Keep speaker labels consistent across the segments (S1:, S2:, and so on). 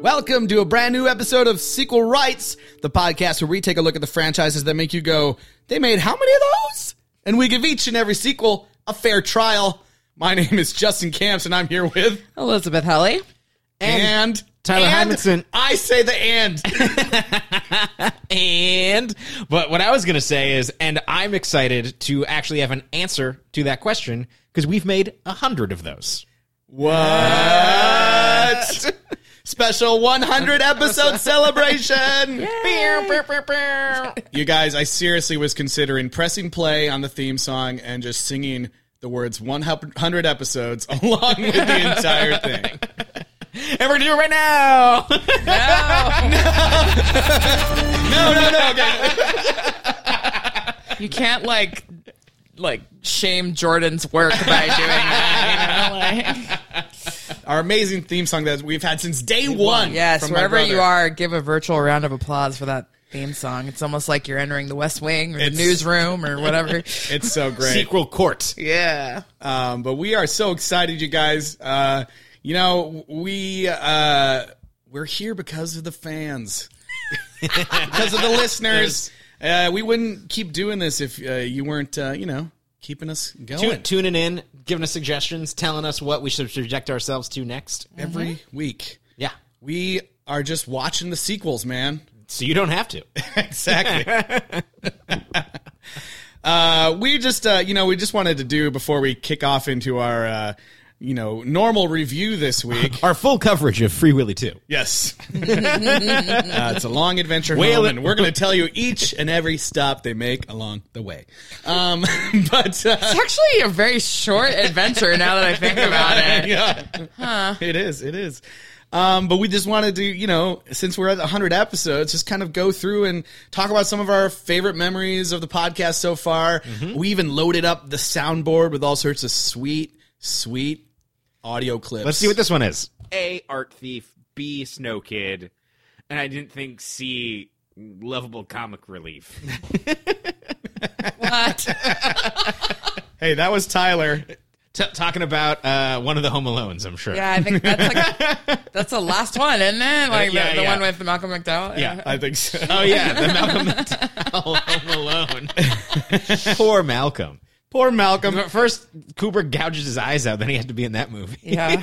S1: welcome to a brand new episode of Sequel Rights, the podcast where we take a look at the franchises that make you go, they made how many of those? And we give each and every sequel a fair trial. My name is Justin Camps, and I'm here with
S2: Elizabeth Helly.
S1: and,
S3: Tyler
S1: and
S3: Hymanson.
S1: I say the and.
S3: And but what I was gonna say is, and I'm excited to actually have an answer to that question because we've made a hundred of those.
S1: What? Special 100 episode celebration. You guys, I seriously was considering pressing play on the theme song and just singing the words 100 episodes along with the entire thing.
S3: And we're gonna do it right now.
S1: No, no, no. Okay.
S2: You can't like like shame Jordan's work by doing that. you know, like-
S1: Our amazing theme song that we've had since day one.
S2: yes,
S1: from my
S2: wherever you
S1: brother.
S2: are, give a virtual round of applause for that theme song. It's almost like you're entering the West Wing or the
S1: It's-
S2: newsroom or whatever.
S1: It's so great.
S3: Sequel court.
S2: yeah.
S1: Um, but we are so excited, you guys. Uh, you know, we uh, we're here because of the fans, because of the listeners. Uh, we wouldn't keep doing this if uh, you weren't, uh, you know, keeping us
S3: Tune,
S1: going
S3: tuning in, giving us suggestions, telling us what we should subject ourselves to next.
S1: every week.
S3: Yeah,
S1: We are just watching the sequels, man.
S3: so you don't have to.
S1: exactly. uh, we just, uh, you know, we just wanted to do before we kick off into our, uh, you know, normal review this week.
S3: Our full coverage of Free Willy Two.
S1: Yes. Uh, it's a long adventure home,
S3: Whale-
S1: and we're going to tell you each and every stop they make along the way. Um, but uh,
S2: It's actually a very short adventure now that I think about it.
S1: yeah. it is, it is. Um, but we just wanted to, you know, since we're at 100 episodes, just kind of go through and talk about some of our favorite memories of the podcast so far.
S3: Mm-hmm.
S1: We even loaded up the soundboard with all sorts of sweet, sweet audio clips.
S3: Let's see what this one is.
S4: A art thief, B snow kid, and I didn't think C lovable comic relief.
S2: What?
S1: Hey, that was Tyler.
S3: T- talking about uh, one of the Home Alones, I'm sure.
S2: Yeah, I think that's like that's the last one, isn't it? Like
S3: Yeah,
S2: the, the
S3: yeah.
S2: one with Malcolm McDowell.
S3: Yeah.
S1: I think so.
S3: Oh yeah, the Malcolm McDowell Home Alone. Poor Malcolm.
S1: Poor Malcolm.
S3: But first, Cooper gouges his eyes out. Then he had to be in that movie.
S2: Yeah.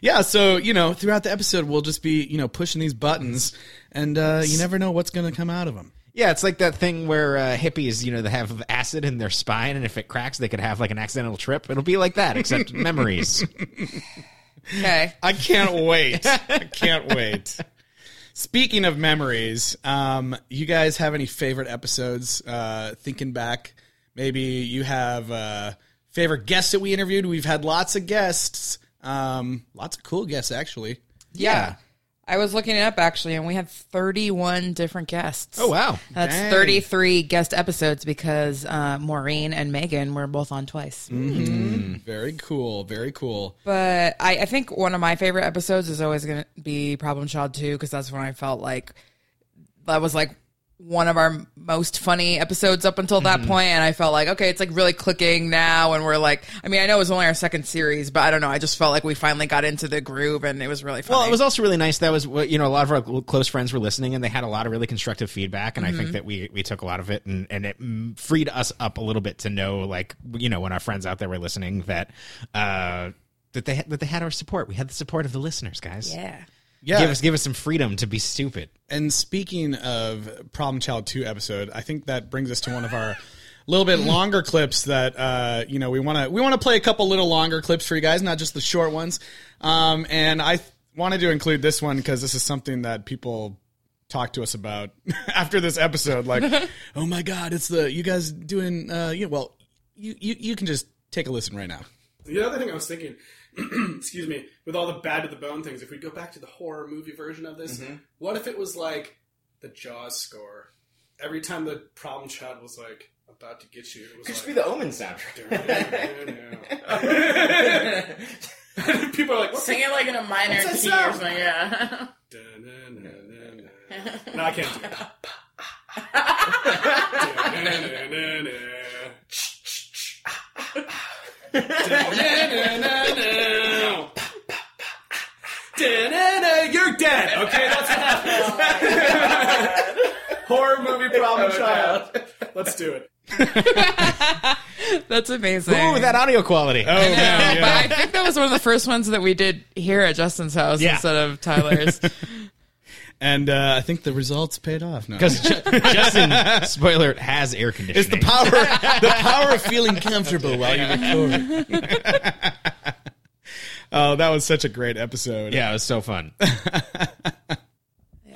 S1: yeah so you know throughout the episode we'll just be you know pushing these buttons and uh, you never know what's going to come out of them
S3: Yeah, it's like that thing where uh, hippies, you know, they have acid in their spine, and if it cracks, they could have like an accidental trip. It'll be like that, except memories.
S2: Okay.
S1: i can't wait i can't wait speaking of memories um, you guys have any favorite episodes uh, thinking back maybe you have uh, favorite guests that we interviewed we've had lots of guests um, lots of cool guests actually
S2: Yeah. I was looking it up actually, and we had 31 different guests.
S3: Oh wow!
S2: That's
S1: Dang.
S2: 33 guest episodes because uh, Maureen and Megan were both on twice.
S3: Mm.
S1: Mm, very cool very cool
S2: But I, I think one of my favorite episodes is always going to be Problem Child 2 because that's when I felt like that was like one of our most funny episodes up until that
S3: Mm-hmm.
S2: point, And I felt like, okay, it's like really clicking now. And we're like, I mean, I know it was only our second series, but I don't know. I just felt like we finally got into the groove and it was really funny.
S3: Well, it was also really nice. That was what you know. A lot of our cl- close friends were listening, and they had a lot of really constructive feedback. And I
S2: Mm-hmm.
S3: think that we we took a lot of it, and and it mm, freed us up a little bit to know, like you know, when our friends out there were listening, that uh, that they had that they had our support. We had the support of the listeners, guys.
S2: yeah.
S1: yeah
S3: Give us give us some freedom to be stupid.
S1: And speaking of Problem Child 2 episode, I think that brings us to one of our little bit longer clips that uh, you know we want to we want to play a couple little longer clips for you guys, not just the short ones. Um, and I th- wanted to include this one because this is something that people talk to us about after this episode. Like, oh my god, it's the you guys doing. Uh, you know, well, you, you you can just take a listen right now.
S5: The other thing I was thinking, excuse me, with all the bad to the bone things, if we go back to the horror movie version of this, what if it was like the Jaws score? Every time the problem child was like about to get you, it was like,
S3: Omen soundtrack.
S5: people are like what's
S2: Sing it like in a minor key or
S5: What's that sound?
S2: something. Yeah.
S5: the- Da-na-na-na-na. No, I can't do that. Da-na-na-na-na. Da-na-na-na-na. Da-na-na-na-na. again. Okay, that's enough. Horror movie problem child. Let's do it.
S2: That's amazing.
S3: Ooh, that audio quality.
S1: Oh,
S2: I know,
S1: man, yeah.
S2: But I think that was one of the first ones that we did here at Justin's house
S3: Yeah.
S2: instead of Tyler's.
S1: And uh, I think the results paid off. No.
S3: Because Justin, spoiler, has air conditioning.
S1: It's the power, the power of feeling comfortable while you record. oh, that was such a great episode.
S3: Yeah, it was so fun.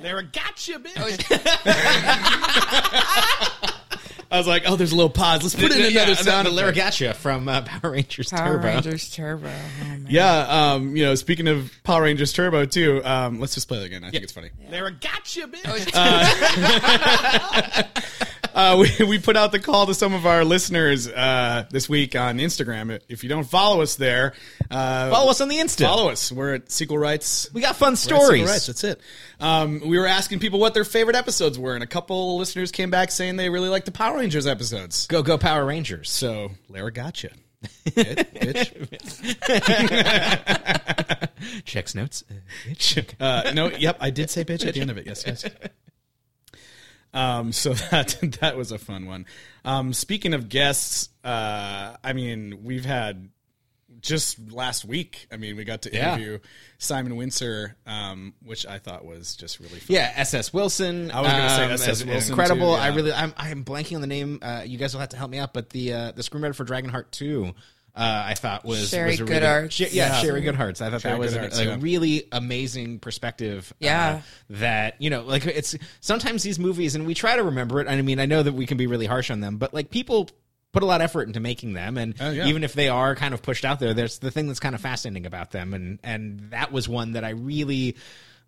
S1: they were gotcha,
S3: Oh,
S1: bitch. I was like, oh, there's a little pause. Let's put in another
S3: Yeah,
S1: sound.
S3: the
S1: effect.
S3: Laragacha from uh, Power Rangers
S2: Power
S3: Turbo.
S2: Rangers Turbo. Oh, man.
S1: Yeah, um, you know, speaking of Power Rangers Turbo too, um, let's just play that again. I think it's funny.
S3: Laragacha,
S1: Oh,
S3: bitch.
S1: Uh, we, we put out the call to some of our listeners uh, this week on Instagram. If you don't follow us there, uh,
S3: Follow us on the Insta.
S1: follow us. We're at Sequel Rights.
S3: We got fun
S1: We're at Sequel
S3: stories.
S1: Rights. That's it. Um, we were asking people what their favorite episodes were, and a couple listeners came back saying they really liked the Power Rangers episodes.
S3: Go, go, Power Rangers.
S1: So Lara gotcha. Bitch.
S3: Checks notes. Uh, bitch.
S1: Uh, no, yep, I did say bitch at the end of it. Yes, yes. Um, so that that was a fun one. Um, speaking of guests, uh, I mean, we've had just last week. I mean, we got to
S3: Yeah.
S1: interview Simon Windsor, um, which I thought was just really fun.
S3: Yeah, SS Wilson.
S1: I was gonna say
S3: is-
S1: SS
S3: is
S1: Wilson
S3: Incredible.
S1: too,
S3: I
S1: yeah.
S3: really, I'm, I'm blanking on the name. Uh, you guys will have to help me out. But the uh, the screenwriter for Dragonheart two, uh, I thought was
S2: Sherry
S3: was a really-
S2: Goodharts.
S3: Sh- yeah,
S1: Yeah.
S3: Sherry Goodharts. I thought
S1: Sherry
S3: that was
S1: Goodharts,
S3: a, a
S1: yeah.
S3: really amazing perspective. uh,
S2: Yeah.
S3: that you know, like it's sometimes these movies, and we try to remember it. And I mean, I know that we can be really harsh on them, but like people. Put a lot of effort into making them, and
S1: Oh, yeah.
S3: even if they are kind of pushed out there, there's the thing that's kind of fascinating about them, and and that was one that I really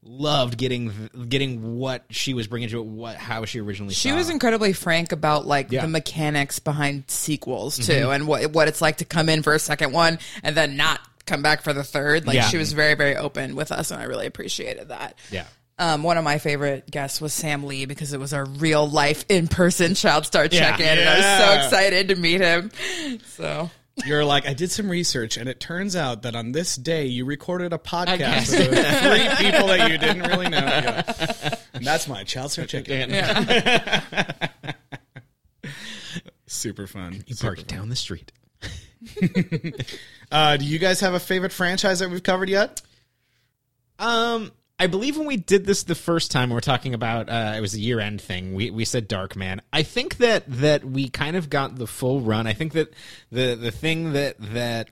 S3: loved getting getting what she was bringing to it, what how she originally
S2: She
S3: saw
S2: was
S3: it.
S2: incredibly frank about like
S3: Yeah. Mm-hmm.
S2: the mechanics behind sequels too, and what what it's like to come in for a second one and then not come back for the third. Like
S3: Yeah.
S2: she was very very open with us, and I really appreciated that.
S3: yeah.
S2: Um, one of my favorite guests was Sam Lee because it was our real life in person child star check in, and I was
S1: Yeah.
S2: so excited to meet him. So
S1: You're like, I did some research, and it turns out that on this day you recorded a podcast with three people that you didn't really know. Yeah. And that's my child star chicken. Super fun. Super
S3: Parked down the street.
S1: Uh, do you guys have a favorite franchise that we've covered yet?
S3: Um, I believe when we did this the first time, we are talking about uh, it was a year end thing. We we said Dark Man. I think that that we kind of got the full run. I think that the the thing that that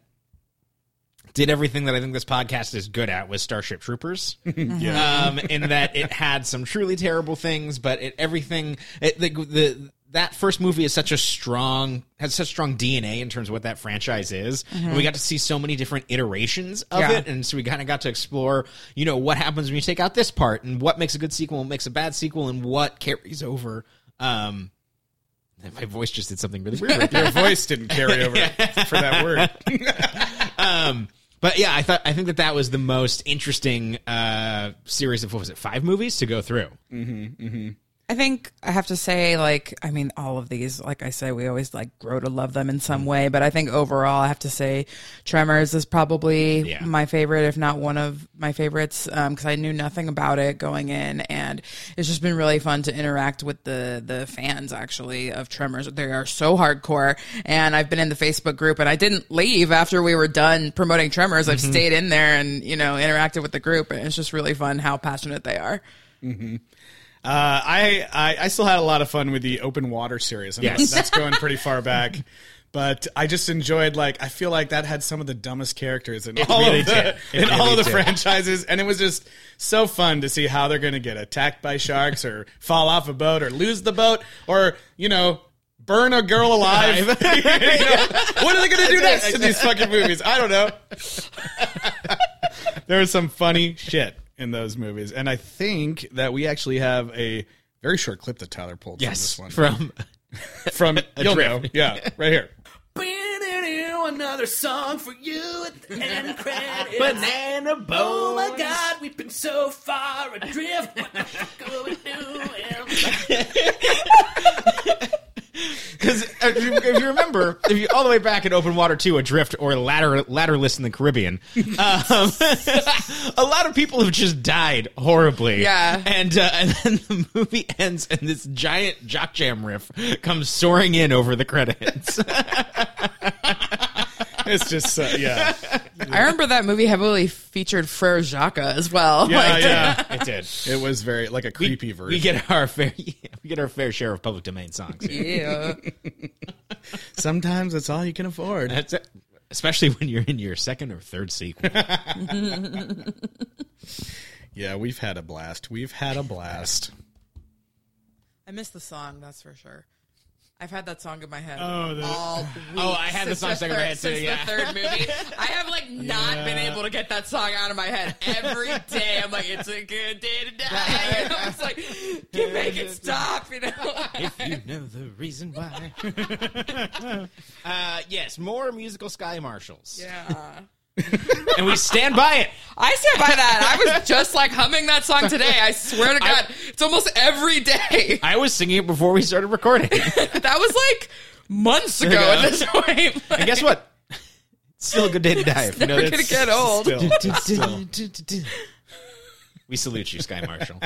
S3: did everything that I think this podcast is good at was Starship Troopers. yeah. Um, in that it had some truly terrible things, but it everything it, the, the that first movie is such a strong has such strong DNA in terms of what that franchise is. And we got to see so many different iterations of
S2: Yeah.
S3: it, and so we kind of got to explore, you know, what happens when you take out this part, and what makes a good sequel, and what makes a bad sequel, and what carries over. Um, my voice just did something really weird. right there.
S1: Your voice didn't carry over for that word.
S3: Um, but yeah, I thought I think that that was the most interesting uh, series of what was it five movies to go through.
S2: I think I have to say, like, I mean, all of these, like I say, we always like grow to love them in some way. But I think overall, I have to say, Tremors is probably
S3: Yeah.
S2: my favorite, if not one of my favorites, because I knew nothing about it going in, and it's just been really fun to interact with the the fans actually of Tremors. They are so hardcore, and I've been in the Facebook group, and I didn't leave after we were done promoting Tremors. I've stayed in there and you know interacted with the group, and it's just really fun how passionate they are.
S1: Uh, I, I I still had a lot of fun with the open water series. I know
S3: Yes.
S1: that's going pretty far back. But I just enjoyed like I feel like that had some of the dumbest characters in all
S3: really
S1: of the,
S3: did. It
S1: in all of
S3: really
S1: the
S3: did.
S1: franchises, and it was just so fun to see how they're going to get attacked by sharks or fall off a boat or lose the boat or you know burn a girl alive. You know, what are they going to do next in these fucking movies? I don't know. there was some funny shit in those movies, and I think that we actually have a very short clip that Tyler pulled from this one
S3: from
S1: from, you'll know, yeah, right here.
S5: Another song for you at the end credits. Banana bones. Oh my god, we've been so far adrift. What the fuck are we doing?
S3: because if you, if you remember, if you all the way back in Open Water Two, Adrift, or Ladder Ladderless in the Caribbean, um, a lot of people have just died horribly.
S2: Yeah.
S3: and uh, and then the movie ends, and this giant jock jam riff comes soaring in over the credits.
S1: It's just uh, yeah,
S2: I remember that movie heavily featured Frere Jacques as well.
S1: yeah,
S2: Like,
S1: yeah.
S3: it did.
S1: It was very like a creepy version.
S3: Oh We get our fair, yeah, we get our fair share of public domain songs.
S2: yeah.
S1: Sometimes that's all you can afford.
S3: That's it. Especially when you're in your second or third sequel.
S1: Yeah, we've had a blast. We've had a blast.
S2: I miss the song, that's for sure. I've had that song in my head
S5: Oh, the-
S2: all week.
S3: Oh, I had the
S2: since
S3: song stuck in my
S2: third-
S3: head too,
S2: since
S3: yeah.
S2: the third movie. I have like not been able to get that song out of my head every day. I'm like, it's a good day to die. You know, it's like, can make it stop. You know,
S3: you know the reason why. uh, yes, more musical Sky Marshals.
S2: yeah.
S3: And we stand by it.
S2: I stand by that. I was just like humming that song today. I swear to
S3: I-
S2: God, it's almost every day.
S3: I was singing it before we started recording.
S2: that was like months ago
S3: Yeah.
S2: at this point. Like,
S3: and guess what? It's still a good day to die. if you know
S2: Never
S3: that.
S2: gonna get old.
S1: Still, still.
S3: We salute you, Sky Marshal.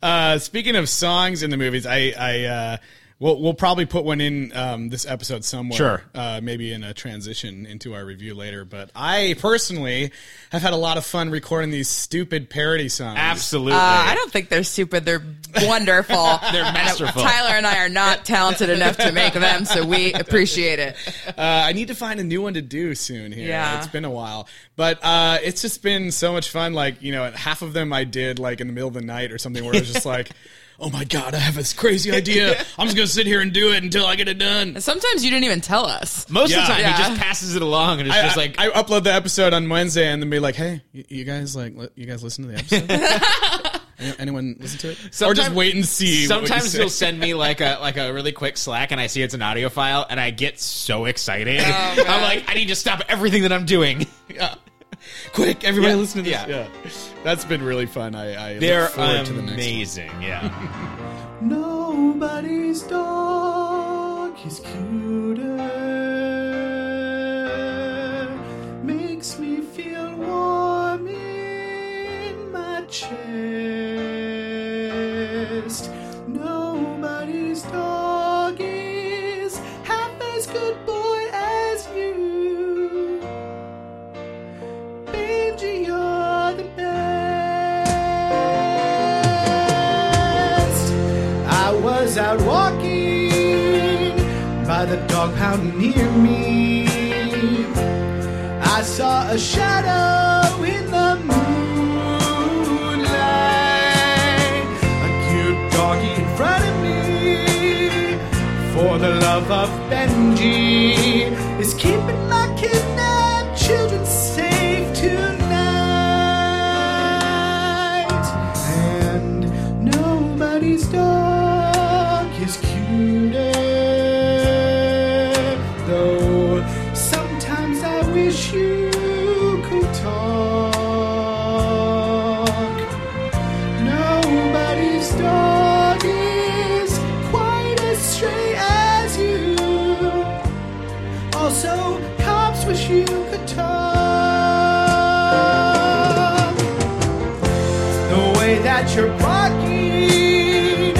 S1: Uh, speaking of songs in the movies, I, I uh, we'll, we'll probably put one in um, this episode somewhere.
S3: Sure.
S1: Uh, maybe in a transition into our review later. But I personally have had a lot of fun recording these stupid parody songs.
S3: Absolutely.
S2: Uh, I don't think they're stupid. They're wonderful.
S3: They're masterful.
S2: Tyler and I are not talented enough to make them, so we appreciate it.
S1: Uh, I need to find a new one to do soon here.
S2: Yeah.
S1: It's been a while. But uh, it's just been so much fun. Like, you know, half of them I did like in the middle of the night or something where I was just like, oh my God, I have this crazy idea. I'm just going to sit here and do it until I get it done.
S2: And sometimes you didn't even tell us.
S3: Most of the
S1: Yeah.
S3: time,
S2: Yeah.
S3: he just passes it along and it's
S1: I,
S3: just like,
S1: I, I upload the episode on Wednesday and then be like, hey, y- you guys like, li- you guys listen to the episode? Any- Anyone listen to it? Or just
S3: Sometime-
S1: wait and see. what you
S3: Sometimes
S1: say.
S3: you'll send me like a like a really quick Slack, and I see it's an audio file, and I get so
S5: Oh,
S3: excited.
S2: God.
S3: I'm like, I need to stop everything that I'm doing.
S1: Yeah. Quick, everybody
S3: Yeah.
S1: listen to this.
S3: Yeah. um,
S1: That's been really fun. I, I look
S3: They're
S1: forward to the next one.
S3: amazing. Yeah.
S1: Nobody's dog is cuter. Makes me feel warm in my chest. Nobody's dog is half as good boy as you. Benji, you're the best. I was out walking by the dog pound near me. I saw a shadow in the moonlight. A cute doggy in front of me. For the love of Benji, is keeping my kidnapped children safe tonight. And nobody's dog is cuter. Though sometimes I wish you could talk. Nobody's dog is quite as stray as you. Also, cops wish you could talk the way that you're barking.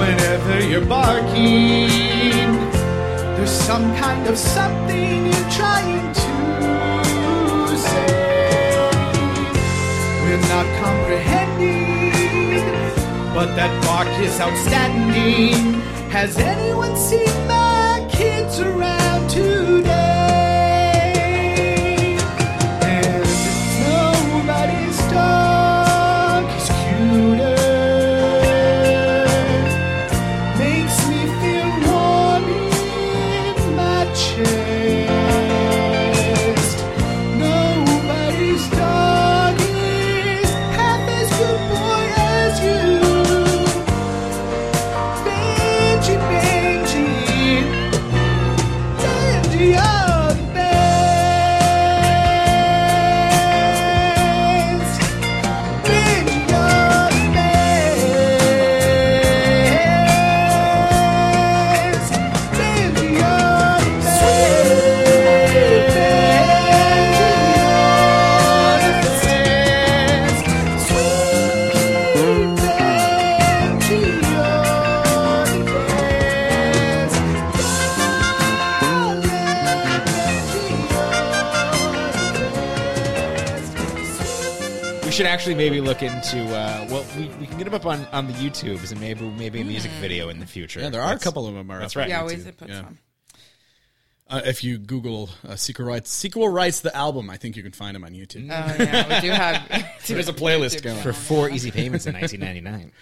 S1: Whenever you're barking, there's some kind of something you're trying to say. We're not comprehending, but that bark is outstanding. Has anyone seen my kids around today? And nobody's dog is cuter. Makes me feel warm in my chest. Nobody's dog is half as good boy as you. Benji, Benji, Benji, oh.
S3: should actually maybe look into. Uh, well, we, we can get them up on, on the YouTubes and maybe maybe
S5: Hmm.
S3: a music video in the future.
S1: Yeah, there are a
S3: That's-
S1: couple of them. Are
S3: that's
S1: up on
S3: right.
S2: Yeah,
S1: YouTube.
S2: always it puts
S1: Yeah.
S2: on.
S1: Uh, if you Google uh, "sequel rights," sequel rights the album, I think you can find them on YouTube.
S3: Mm.
S2: Oh yeah, we do have.
S1: There's a playlist going.
S3: for four easy payments in 1999.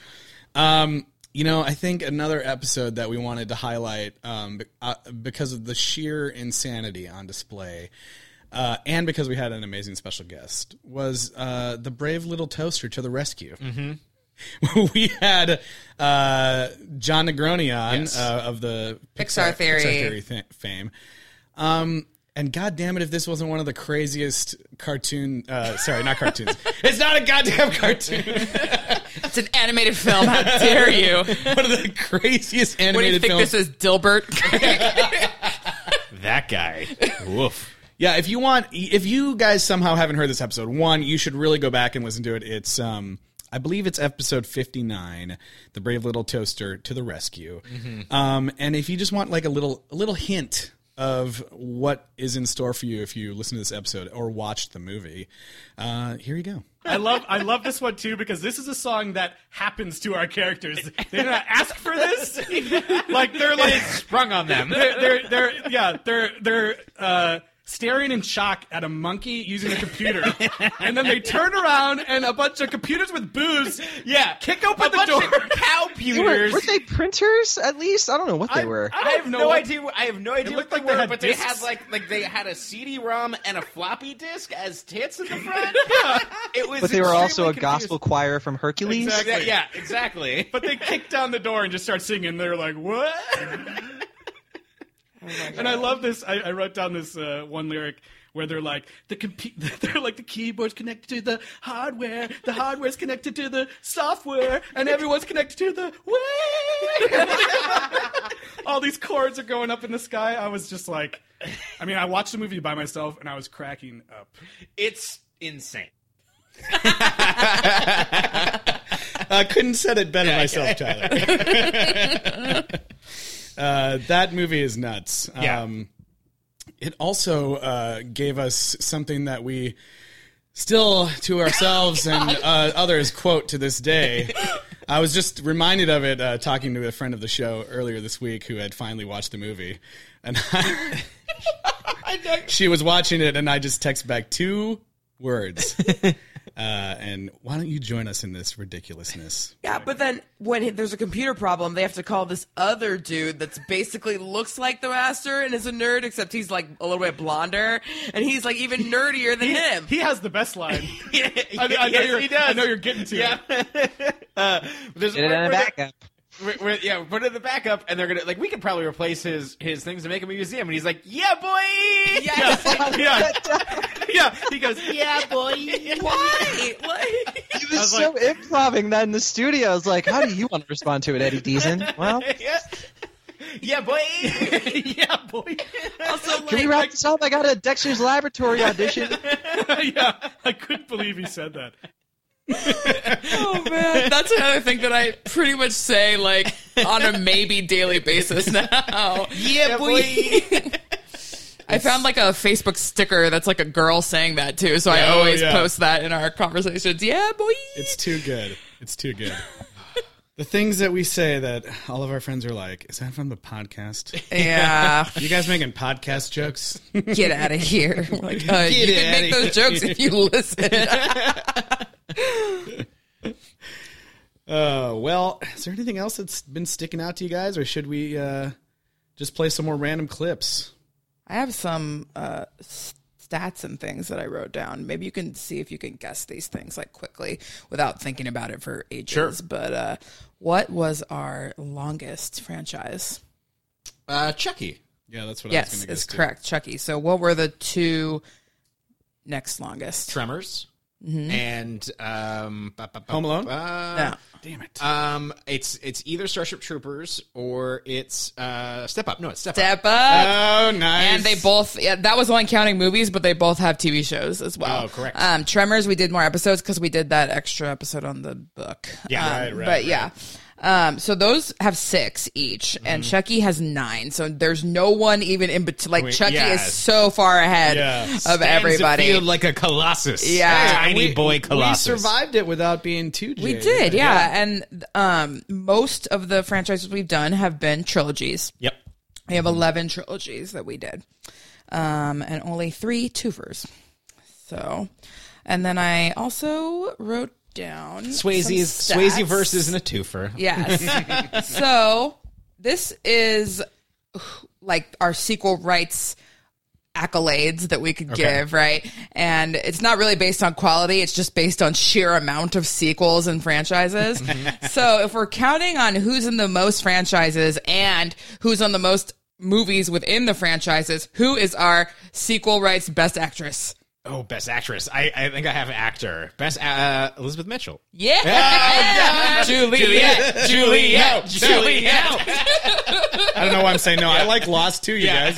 S1: Um, you know, I think another episode that we wanted to highlight um, be- uh, because of the sheer insanity on display, uh, and because we had an amazing special guest, was uh, the brave little toaster to the rescue.
S2: Mm-hmm.
S1: we had uh, John Negroni on
S3: Yes.
S1: uh, of the
S2: Pixar Theory.
S1: thi- fame. Um, and God damn it, if this wasn't one of the craziest cartoon, uh, sorry, not cartoons. it's not a goddamn cartoon.
S2: It's an animated film. How dare you?
S1: one of the craziest animated
S2: What do you think
S1: films.
S2: this is, Dilbert?
S3: That guy. Woof.
S1: Yeah, if you want, if you guys somehow haven't heard this episode, one, you should really go back and listen to it. It's, um, I believe it's episode 59, The Brave Little Toaster to the Rescue.
S5: Mm-hmm.
S1: Um, and if you just want like a little, a little hint of what is in store for you if you listen to this episode or watch the movie, uh, here you go.
S5: I love I love this one too because this is a song that happens to our characters. They did not ask for this. like they're like
S3: Sprung on them.
S5: they're, they're they're yeah they're they're uh, staring in shock at a monkey using a computer, and then they turn around and a bunch of computers with booze
S4: Yeah,
S5: kick open the door.
S4: cow
S6: They were, were they printers at least? I don't know what they were.
S4: I have no idea. I have no idea what
S5: looked
S4: they
S5: like they
S4: were,
S5: had
S4: but they
S5: discs.
S4: had like like they had a CD-ROM and a floppy disk as tits in the front. It was,
S6: but they were also a
S4: extremely
S6: gospel choir from Hercules.
S4: confusing. Exactly. Yeah, exactly.
S5: But they kick down the door and just start singing. They're like, "What?" and I love this. I, I wrote down this uh, one lyric where they're like, "The compu- they're like the keyboard's connected to the hardware, the hardware's connected to the software, and everyone's connected to the way." All these chords are going up in the sky. I was just like, I mean, I watched the movie by myself and I was cracking up.
S4: It's insane.
S1: I couldn't said it better myself, Tyler. uh, that movie is nuts.
S3: Yeah.
S1: Um, it also uh, gave us something that we still to ourselves
S5: Oh
S1: and uh, others quote to this day. I was just reminded of it uh, talking to a friend of the show earlier this week who had finally watched the movie, and I, she was watching it, and I just text back two words. Uh, and why don't you join us in this ridiculousness?
S2: yeah, Uh, but then when it- there's a computer problem, they have to call this other dude that's basically looks like the master and is a nerd, except he's like a little bit blonder, and he's like even nerdier than him.
S5: He has the best line. I, I know
S4: Yes,
S5: you're,
S4: he does.
S5: I know you're getting to
S4: Yeah.
S5: it.
S4: uh, there's
S6: Get it in
S4: where-
S6: a
S4: where they-
S6: backup.
S4: We're, we're, yeah, we put it in the backup, and they're gonna like we could probably replace his his things and make him a museum. And he's like, "Yeah, boy."
S2: Yes.
S5: Yeah, yeah. He goes,
S4: Yeah, boy.
S2: Why? Like,
S6: He was, so improving that in the studio. I was like, how do you want to respond to it, Eddie Deason? Well, can
S4: yeah. yeah, boy.
S5: yeah, boy.
S2: also,
S6: we
S2: like,
S6: wrap this up? I got a Dexter's Laboratory audition.
S5: yeah, I couldn't believe he said that.
S2: oh man, that's another thing that I pretty much say like on a maybe daily basis now.
S4: Yeah, boy.
S2: I found like a Facebook sticker that's like a girl saying that too, so I always
S1: yeah.
S2: post that in our conversations. Yeah, boy.
S1: It's too good. It's too good. the things that we say that all of our friends are like, is that from the podcast?
S2: Yeah,
S1: You guys making podcast jokes?
S2: get out of here. We're Like, uh, you can
S1: outta
S2: make those jokes if you listen.
S1: Uh, well, is there anything else that's been sticking out to you guys, or should we uh, just play some more random clips?
S2: I have some uh, s- stats and things that I wrote down. Maybe you can see if you can guess these things like quickly without thinking about it for ages. But uh, what was our longest franchise?
S3: Uh, Chucky.
S1: Yeah, that's what
S2: yes, it's correct, Chucky. So what were the two next longest?
S3: Tremors.
S2: Mm-hmm.
S3: And um, ba- ba- ba-
S1: Home Alone?
S3: ba-
S1: Damn it.
S3: Um, it's it's either Starship Troopers or it's uh, Step Up. No, it's Step, Up.
S2: Step up.
S1: oh, nice.
S2: and they both yeah, that was only counting movies, but they both have TV shows as well.
S3: Oh, correct.
S2: Um, Tremors, we did more episodes because we did that extra episode on the book.
S3: Yeah,
S2: Um,
S1: right, right,
S2: But yeah, Um, so those have six each, and Chucky has nine. So there's no one even in between. Like
S3: Wait,
S2: Chucky
S3: yes.
S2: is so far ahead
S1: Yeah.
S2: of everybody.
S3: Stands afield like a colossus.
S2: Yeah.
S3: A tiny
S1: We-
S3: boy colossus.
S1: We survived it without being too.
S2: We
S1: jaded.
S2: did, yeah. And um, most of the franchises we've done have been trilogies.
S3: Yep. Mm-hmm.
S2: We have 11 trilogies that we did, um, and only three twofers. So, and then I also wrote down
S3: Swayze's
S2: some
S3: Swayze
S2: stats.
S3: versus in a twofer.
S2: Yes. so this is like our sequel rights accolades that we could give, right? And it's not really based on quality, it's just based on sheer amount of sequels and franchises. so if we're counting on who's in the most franchises and who's on the most movies within the franchises, who is our sequel rights best actress?
S3: Oh, best actress. I, I think I have actor. Best uh, Elizabeth Mitchell.
S2: Yeah.
S3: Juliet, Juliet,
S4: Juliet.
S1: I don't know why I'm saying no. I like Lost too, you guys.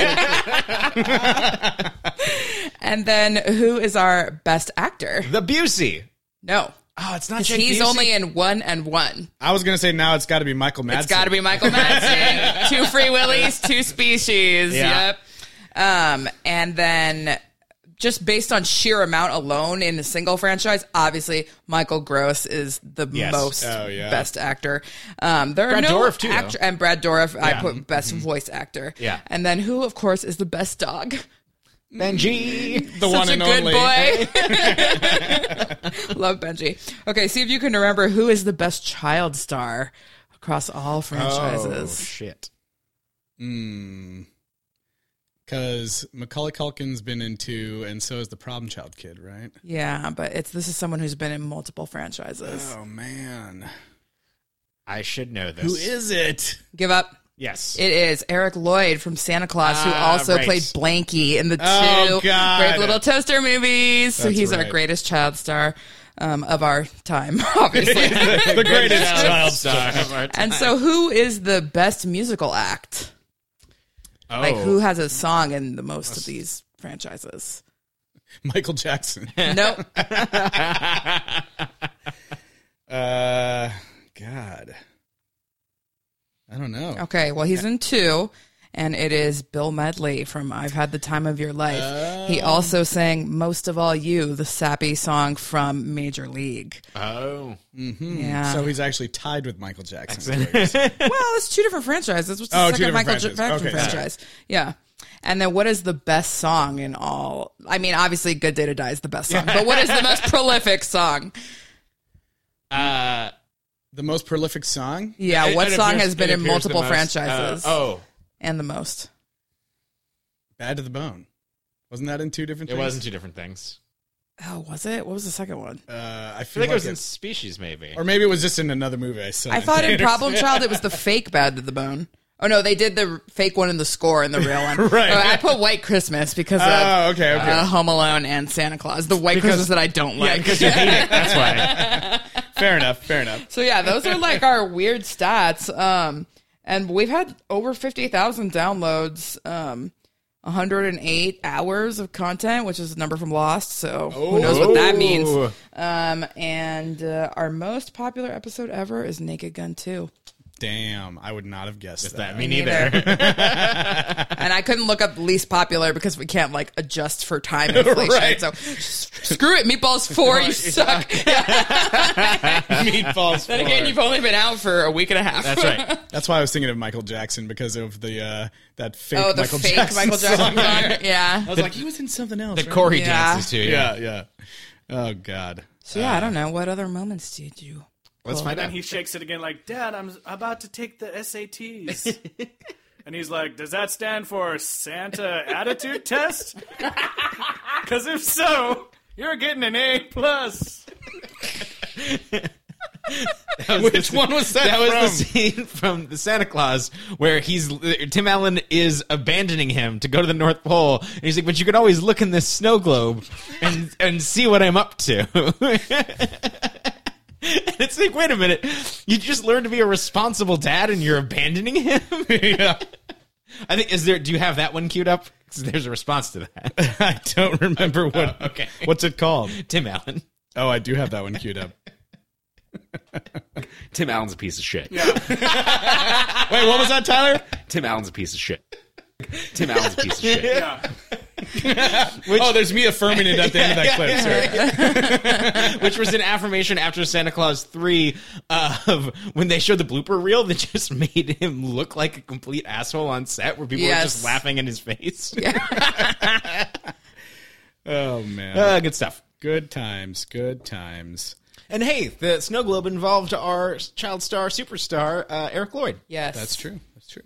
S1: Like,
S2: And then who is our best actor?
S3: The Busey.
S2: No.
S3: Oh, it's not Jake
S2: He's
S3: Busey.
S2: only in one and one.
S1: I was gonna say now it's got to be Michael Madsen.
S2: It's got to be Michael Madsen. two free willies, two species.
S3: Yeah.
S2: Yep. Um, and then just based on sheer amount alone in the single franchise, obviously Michael Gross is the
S3: Yes.
S2: most
S1: Oh, yeah.
S2: best actor. Um, there are
S3: Brad
S2: no
S3: Dourif, too, though.
S2: actor- and Brad Dorff. I put best voice actor.
S3: Yeah.
S2: and then who, of course, is the best dog?
S3: Benji.
S1: the
S2: Such
S1: one
S2: a
S1: and
S2: good
S1: only.
S2: boy. Love Benji. Okay, see if you can remember who is the best child star across all
S3: Oh,
S2: franchises.
S3: shit.
S1: Because Macaulay Culkin's been in two, and so is the Problem Child kid, right?
S2: Yeah, but it's this is someone who's been in multiple franchises.
S1: Oh man,
S3: I should know this.
S1: who is it?
S2: Give up.
S3: Yes.
S2: It is Eric Lloyd from Santa Claus, who
S3: Ah,
S2: also
S3: right.
S2: played Blanky in the two
S1: Oh, God.
S2: Great Little Toaster movies. so
S1: That's
S2: he's our
S1: right.
S2: greatest child star um, of our time, obviously.
S1: The greatest child
S3: star. of our time.
S2: and so, who is the best musical act?
S3: Oh.
S2: Like, who has a song in the most of these franchises?
S1: Michael Jackson.
S2: Nope.
S1: Uh, God, I don't know.
S2: Okay, well, he's in two, and it is Bill Medley from I've Had the Time of Your Life. He
S3: Oh.
S2: also sang Most of All You, the sappy song from Major League.
S3: Oh.
S2: Yeah.
S1: Mm-hmm. So he's actually tied with Michael Jackson.
S2: well, it's two different franchises. What's the
S1: Oh, two
S2: second
S1: different
S2: Michael J-
S1: franchises.
S2: Jackson
S1: Okay, sorry.
S2: franchise? Yeah. And then what is the best song in all? I mean, obviously, Good Day to Die is the best song, but what is the most prolific song?
S3: Uh,
S1: the most prolific song.
S2: Yeah,
S3: it-
S2: what
S3: it
S2: song
S3: appears-
S2: has been
S3: it
S2: in
S3: appears
S2: multiple
S3: the most, uh,
S2: franchises
S3: oh.
S2: and the most?
S1: Bad to the Bone. Wasn't that in two different?
S3: It
S1: things?
S3: wasn't two different things.
S2: Oh, was it? What was the second one?
S1: Uh, I
S3: I
S1: feel
S3: think
S1: like
S3: it was in
S1: it's-
S3: Species, maybe.
S1: or maybe it was just in another movie. I saw.
S2: I thought in Problem Child it was the fake Bad to the Bone. Oh no, they did the fake one in the score and the real one.
S1: Right.
S2: Oh, I put White Christmas because of
S1: Oh, okay, okay.
S2: uh, Home Alone and Santa Claus. The White Christmas that I don't like.
S3: That's why.
S1: fair enough. Fair enough.
S2: so yeah, those are like our weird stats. Um, and we've had over fifty thousand downloads. Um. 108 hours of content, which is a number from Lost, so who knows what that means.
S3: Oh.
S2: Um, and uh, our most popular episode ever is Naked Gun 2.
S1: Damn, I would not have guessed that.
S3: That me neither.
S2: and I couldn't look up least popular because we can't like adjust for time and inflation.
S1: Right.
S2: So s- screw it, Meatballs Four, you suck.
S1: Meatballs.
S2: Then again, you've only been out for a week and a half.
S3: That's right.
S1: That's why I was thinking of Michael Jackson because of the uh, that fake
S2: oh, the
S1: Michael
S2: fake
S1: Jackson.
S2: Michael Jackson
S1: song.
S2: song. Yeah.
S1: I was like, he was in something else.
S3: The
S1: right?
S3: Corey
S2: Yeah.
S3: dances too.
S1: Yeah, yeah. Oh God.
S2: So yeah, I don't know what other moments did you.
S3: Let's find
S5: And he shakes it again, like, Dad, I'm about to take the SATs. and he's like, Does that stand for Santa Attitude Test? Because if so, you're getting an A plus.
S1: Which one was that?
S3: That was the
S1: from?
S3: scene from the Santa Claus where he's Tim Allen is abandoning him to go to the North Pole, and he's like, "But you can always look in this snow globe and and see what I'm up to." And it's like, wait a minute, you just learned to be a responsible dad, and you're abandoning him. yeah, I think is there. Do you have that one queued up? 'Cause there's a response to that.
S1: I don't remember what.
S3: Oh, okay.
S1: What's it called?
S3: Tim Allen.
S1: Oh, I do have that one queued up.
S4: Tim Allen's a piece of shit.
S1: Wait, what was that, Tyler?
S4: Tim Allen's a piece of shit. Tim Allen's a piece of shit.
S5: Yeah.
S1: oh, there's me affirming it at the end of that clip. Sorry.
S3: which was an affirmation after Santa Claus 3 uh, of when they showed the blooper reel that just made him look like a complete asshole on set where people were just
S2: Yes.
S3: laughing in his face.
S1: Oh man,
S3: Uh, good stuff.
S1: good times, good times.
S3: And hey, the snow globe involved our child star superstar, uh, Eric Lloyd.
S2: Yes.
S1: That's true. That's true.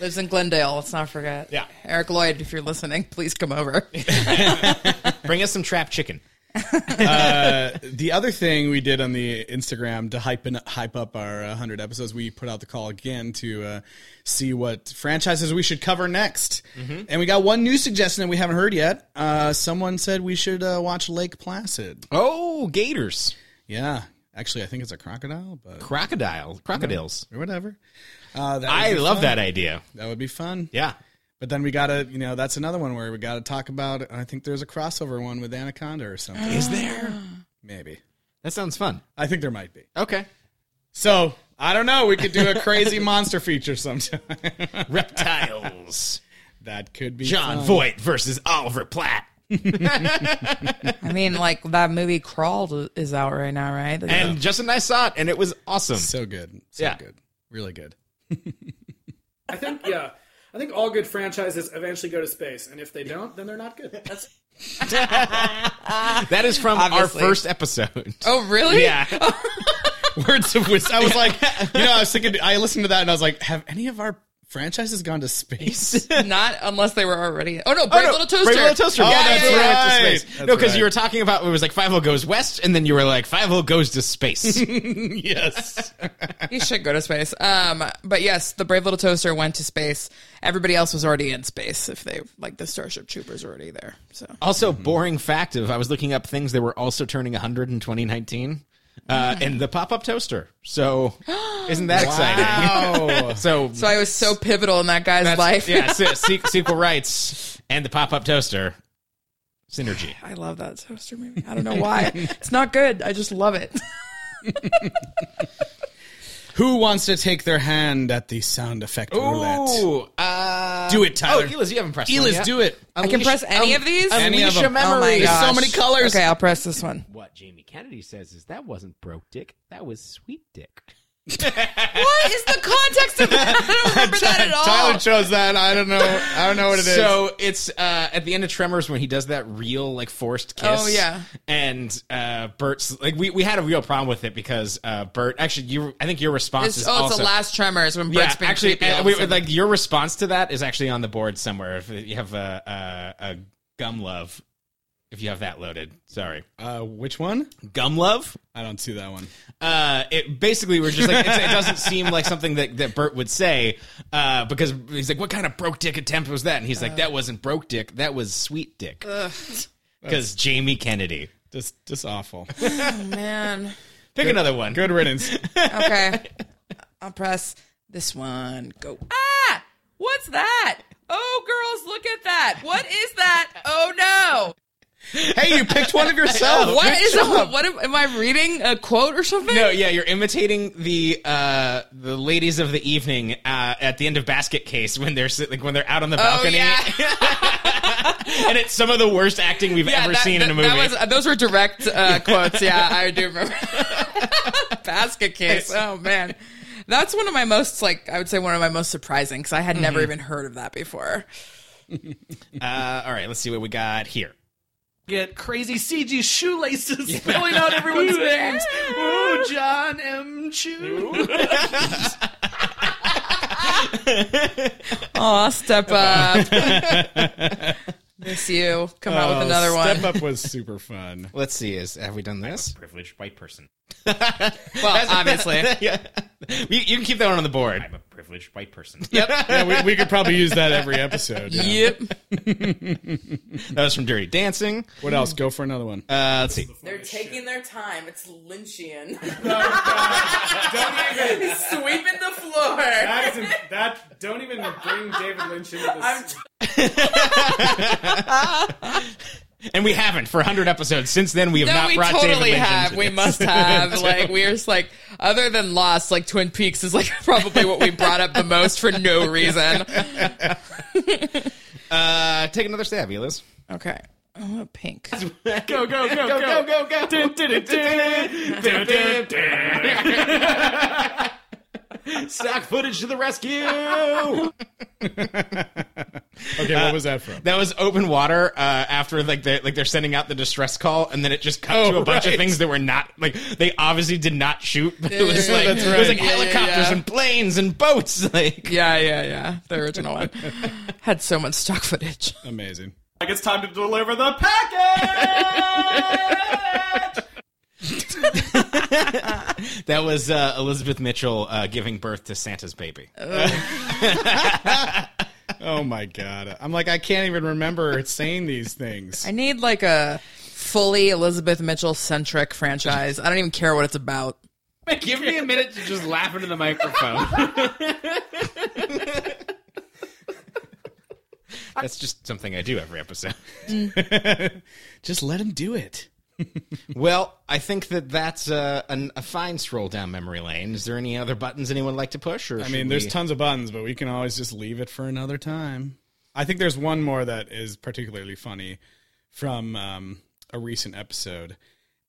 S2: Lives in Glendale. Let's not forget.
S3: Yeah.
S2: Eric Lloyd, if you're listening, please come over.
S3: Bring us some trap chicken.
S1: The other thing we did on the Instagram to hype and hype up our uh, 100 episodes, we put out the call again to uh, see what franchises we should cover next. And we got one new suggestion that we haven't heard yet. Uh, someone said we should uh, watch Lake Placid.
S3: Oh, gators.
S1: Yeah, actually, I think it's a crocodile, but
S3: Crocodile. Crocodiles.
S1: whatever. Uh, that
S3: I
S1: would be
S3: love
S1: fun.
S3: that idea.
S1: That would be fun.
S3: Yeah.
S1: But then we gotta, you know, that's another one where we gotta talk about. I think there's a crossover one with Anaconda or something.
S3: Is there?
S1: Maybe.
S3: That sounds fun.
S1: I think there might be.
S3: Okay.
S1: So I don't know. We could do a crazy monster feature sometime.
S3: Reptiles.
S1: that could be
S3: John
S1: fun.
S3: Voight versus Oliver Platt.
S2: I mean, like that movie Crawled is out right now, right?
S3: And Justin and I saw it, and it was awesome.
S1: So good. So
S3: Yeah.
S1: good. Really good.
S5: I think yeah. I think all good franchises eventually go to space, and if they don't, then they're not good. That's
S3: That is from
S2: Obviously.
S3: our first episode.
S2: oh, really?
S3: yeah.
S1: Words of wisdom. I was like, you know, I was thinking. I listened to that and I was like, have any of our franchises gone to space?
S2: Not unless they were already. Oh no, Brave
S3: no,
S2: Little Toaster.
S3: Brave Little Toaster.
S1: Oh,
S3: yeah,
S1: that's
S3: yeah, yeah,
S1: right.
S3: went to space.
S1: That's
S3: no, because
S1: right.
S3: you were talking about it was like Five O goes west, and then you were like Five O goes to space.
S1: yes.
S2: You should go to space. Um, but yes, the Brave Little Toaster went to space. Everybody else was already in space. If they like the Starship Troopers were already there. So
S3: also, boring fact of I was looking up things that were also turning 100 in 2019, uh, and the pop up toaster. So, isn't that exciting? so,
S2: so I was so pivotal in that guy's life.
S3: yeah, se- se- sequel rights and the pop up toaster synergy.
S2: I love that toaster movie. I don't know why. it's not good. I just love it.
S1: Who wants to take their hand at the sound effect roulette?
S3: Ooh, uh,
S1: Do it, Tyler.
S3: Oh, Elis, you haven't pressed.
S1: Elis,
S3: one yet.
S1: do it.
S2: I can
S3: Unleash-
S2: press any
S3: un-
S2: of these.
S1: Any of
S3: Unleash your
S1: them.
S2: Oh my
S3: memories.
S1: There's
S2: gosh.
S1: so many colors.
S2: Okay, I'll press this one.
S4: What Jamie Kennedy says is that wasn't broke dick, that was sweet dick.
S2: What is the context of that? I don't remember that at all.
S1: Tyler chose that. I don't know. I don't know what it is.
S3: So it's uh, at the end of Tremors when he does that real like forced kiss.
S2: Oh, yeah.
S3: and uh, Bert's like we, we had a real problem with it because uh, Bert actually you I think your response
S2: It's-
S3: is
S2: oh,
S3: also,
S2: it's the last Tremors when Bert's
S3: yeah
S2: being
S3: actually
S2: creepy all
S3: uh,
S2: of a
S3: we,
S2: sudden.
S3: like your response to that is actually on the board somewhere if you have a a, a gum love if you have that loaded sorry
S1: uh, which one?
S3: gum love
S1: I don't see that one.
S3: uh, it basically we're just like it's, it doesn't seem like something that, that Bert would say uh, because he's like, what kind of broke dick attempt was that? And he's like,
S2: Uh.
S3: that wasn't broke dick, that was sweet dick. Because Jamie Kennedy.
S1: Just, just awful.
S2: man.
S3: Pick another one.
S1: Good riddance.
S2: Okay. I'll press this one. Go. Ah! What's that? Oh, girls, look at that. What is that? Oh, no.
S1: hey, you picked one of yourself.
S2: What is a, what am, am I reading a quote or something?
S3: Oh, No, yeah, you're imitating the uh, the ladies of the evening uh, at the end of Basket Case when they're sit- like when they're out on the
S2: Oh,
S3: balcony,
S2: yeah.
S3: and it's some of the worst acting we've
S2: Yeah,
S3: ever
S2: that-
S3: seen in a
S2: that-
S3: movie.
S2: that was- those were direct uh, quotes. Yeah, I do remember. Basket case. Oh man, that's one of my most like I would say one of my most surprising because I had
S3: Mm-hmm.
S2: never even heard of that before.
S3: uh, all right, let's see what we got here.
S5: get crazy CG shoelaces spelling out everyone's names.
S4: Ooh, John M. Chu.
S2: Aw, step up. Miss you. Come out
S3: Oh,
S2: with another one.
S1: Uh, Step up was super fun.
S3: Let's see. Is have we done this?
S4: Privileged white person.
S2: Well, obviously.
S3: yeah. You, you can keep that one on the board.
S4: I'm a privileged white person.
S1: Yeah, we, we could probably use that every episode. yeah.
S2: Yep.
S3: That was from Dirty Dancing.
S1: What else? Go for another one.
S3: Uh, let's see.
S2: They're taking their time. It's Lynchian.
S5: Don't even.
S2: Sweeping the floor.
S5: That, is, that don't even bring David Lynch into this.
S3: And we haven't for 100 episodes. Since then, we have
S2: No,
S3: not
S2: we
S3: brought
S2: totally
S3: David Lynch
S2: have.
S3: into
S2: We
S3: this.
S2: must have. like we're just like other than Lost, like Twin Peaks is like probably what we brought up the most for no reason.
S3: Uh, take another stab, Elis.
S2: Okay. Oh, pink.
S4: Go, go, go, go, go, go, go. Dun, dun, dun, dun, dun, dun, dun. Stock footage to the rescue.
S1: Okay, what was that from?
S3: That was open water uh, after like they like they're sending out the distress call, and then it just cut
S1: Oh,
S3: to a bunch of
S1: right.
S3: things that were not like they obviously did not shoot. But it was
S2: Yeah,
S3: like
S2: that's
S3: it was
S2: right.
S3: like
S2: Yeah, yeah,
S3: helicopters
S2: yeah.
S3: and planes and boats. Like
S2: Yeah, yeah, yeah. The original one had so much stock footage.
S1: Amazing.
S5: Like it's time to deliver the package.
S3: that was uh, Elizabeth Mitchell uh, giving birth to Santa's baby.
S1: Oh my god. I'm like I can't even remember saying these things.
S2: I need like a fully Elizabeth Mitchell centric franchise. I don't even care what it's about.
S4: Give me a minute to just laugh into the microphone.
S3: That's just something I do every episode.
S1: Just let him do it.
S3: well, I think that that's uh, an, a fine stroll down memory lane. Is there any other buttons anyone like to push? Or
S1: I mean, there's tons of buttons, but we can always just leave it for another time. I think there's one more that is particularly funny from um, a recent episode,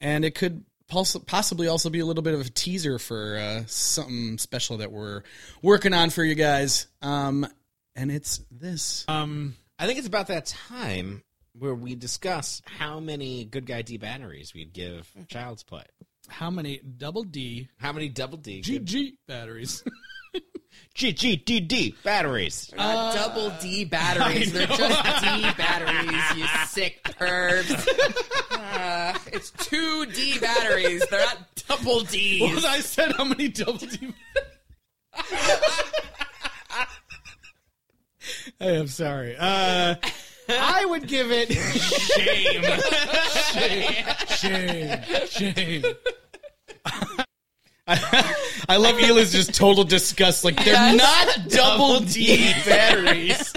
S1: and it could poss- possibly also be a little bit of a teaser for uh, something special that we're working on for you guys. Um, and it's this.
S5: um,
S3: I think it's about that time where we discuss how many good guy D batteries we'd give Child's Play.
S5: how many double D
S3: How many double D?
S5: GG batteries?
S3: G G D D batteries.
S2: Not double D batteries. They're just D batteries, you sick pervs. Uh, it's two D batteries. They're not double D's.
S1: I said how many double D. I am sorry. Uh, I would give it
S3: Shame.
S1: shame, shame. I love Hila's just total disgust. Like they're not double D batteries.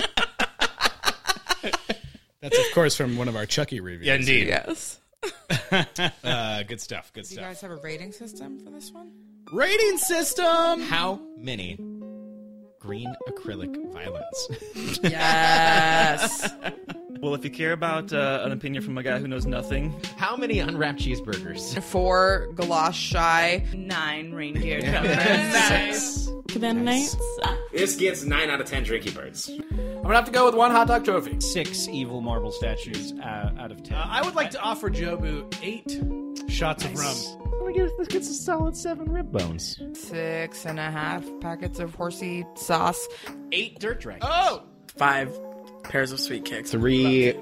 S1: That's of course from one of our Chucky reviews.
S3: Indeed.
S2: Yes.
S3: Uh, good stuff. Good
S2: Do you
S3: stuff.
S2: guys have a rating system for this one?
S1: Rating system.
S3: How many green acrylic violets?
S2: Yes.
S7: Well, if you care about uh, an opinion from a guy who knows nothing,
S3: How many unwrapped cheeseburgers?
S2: Four galosh shy.
S8: nine reindeer covers.
S3: Six.
S4: this gets 9 out of 10 drinky birds.
S5: I'm gonna have to go with one hot dog trophy.
S9: six evil marble statues uh, out of ten.
S5: Uh, I would like to offer Jobu eight shots of rum.
S3: This gets a solid seven rib bones.
S2: Six and a half packets of horsey sauce.
S9: Eight dirt dragons.
S8: Oh!
S7: five pairs of sweet kicks.
S3: Three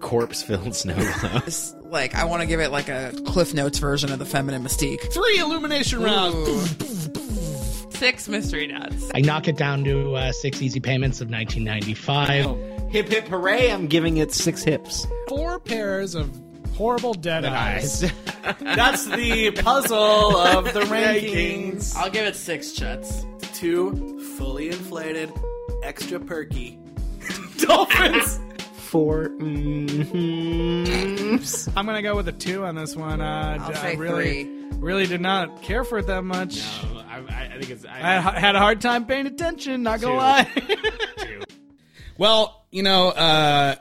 S3: corpse-filled snow globes.
S2: It's like I want to give it like a Cliff Notes version of the feminine mystique.
S1: Three illumination rounds.
S8: Six mystery nuts.
S10: I knock it down to uh, six easy payments of 1995.
S3: Hip hip hooray, I'm giving it six hips.
S5: Four pairs of horrible dead
S3: Nice.
S5: That's the puzzle of the rankings.
S7: I'll give it six chuts.
S5: Two fully inflated, extra perky dolphins.
S3: Four. Mm-hmm.
S5: I'm gonna go with a two on this one. Uh,
S2: I'll
S5: I
S2: say
S5: really,
S2: three.
S5: really did not care for it that much.
S4: I, I, I think it's.
S5: I
S4: I,
S5: had had a hard time paying attention. Not gonna lie.
S1: Well, you know, uh,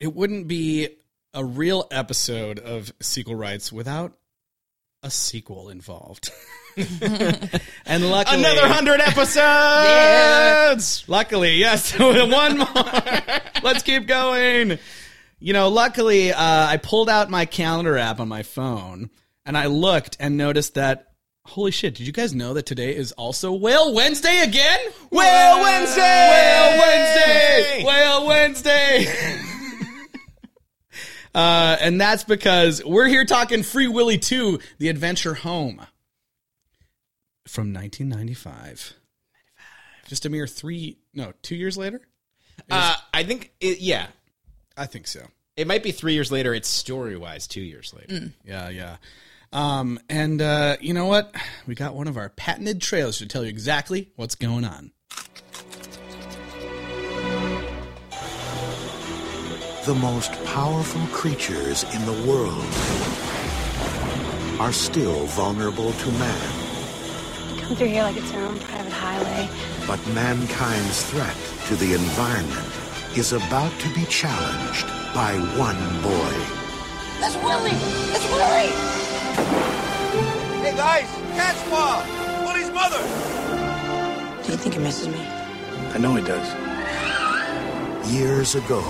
S1: it wouldn't be a real episode of Sequel Rights without a sequel involved. and luckily,
S3: Another hundred episodes.
S1: Luckily, yes, one more. Let's keep going. You know, luckily, uh, I pulled out my calendar app on my phone and I looked and noticed that. Holy shit! Did you guys know that today is also Whale Wednesday again?
S3: Whale Wednesday!
S1: Whale Wednesday! Whale Wednesday! uh, and that's because we're here talking Free Willy 2, The Adventure Home from 1995. Just a mere three, no, two years later?
S3: Uh, I think, it, yeah,
S1: I think so.
S3: it might be three years later. It's story wise, two years later.
S1: Yeah, yeah. Um, and uh, you know what? We got one of our patented trailers to tell you exactly what's going on.
S11: The most powerful creatures in the world are still vulnerable to man,
S12: Come through here like it's your own private highway.
S11: but mankind's threat to the environment is about to be challenged by one boy.
S12: That's Willie! That's Willie!
S13: Hey guys, cat's paw! Willie's mother!
S12: Do you think he misses me?
S11: I know he does. Years ago,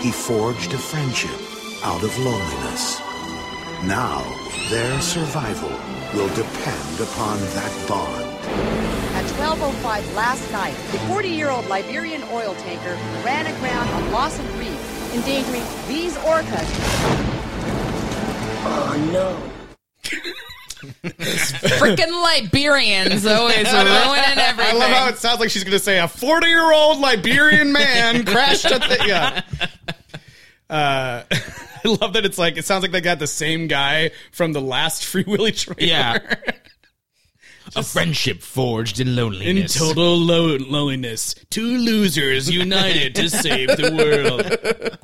S11: he forged a friendship out of loneliness. Now, their survival will depend upon that bond.
S14: At 12.05 last night, the 40-year-old Liberian oil tanker ran aground on Lawson Reef, endangering these orcas.
S12: Oh no.
S2: Freaking Liberians always ruining
S1: I
S2: everything.
S1: love how it sounds like she's going to say a 40 year old Liberian man crashed at the. Yeah. Uh, I love that it's like, it sounds like they got the same guy from the last Free Willy trailer.
S3: Yeah. a friendship forged in
S1: In
S3: loneliness.
S1: total lo- loneliness, two losers united to save the world.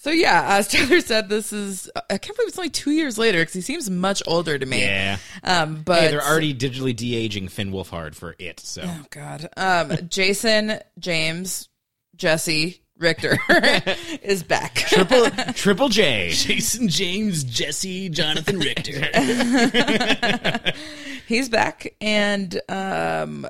S2: So yeah, as Tyler said, this is I can't believe it's only two years later because he seems much older to me.
S3: Yeah.
S2: um, but
S3: hey, they're already digitally de aging Finn Wolfhard for it. So
S2: Oh God, um, Jason, James, Jesse, Richter is back.
S3: triple triple J.
S1: Jason James, Jesse, Jonathan Richter.
S2: He's back, and um,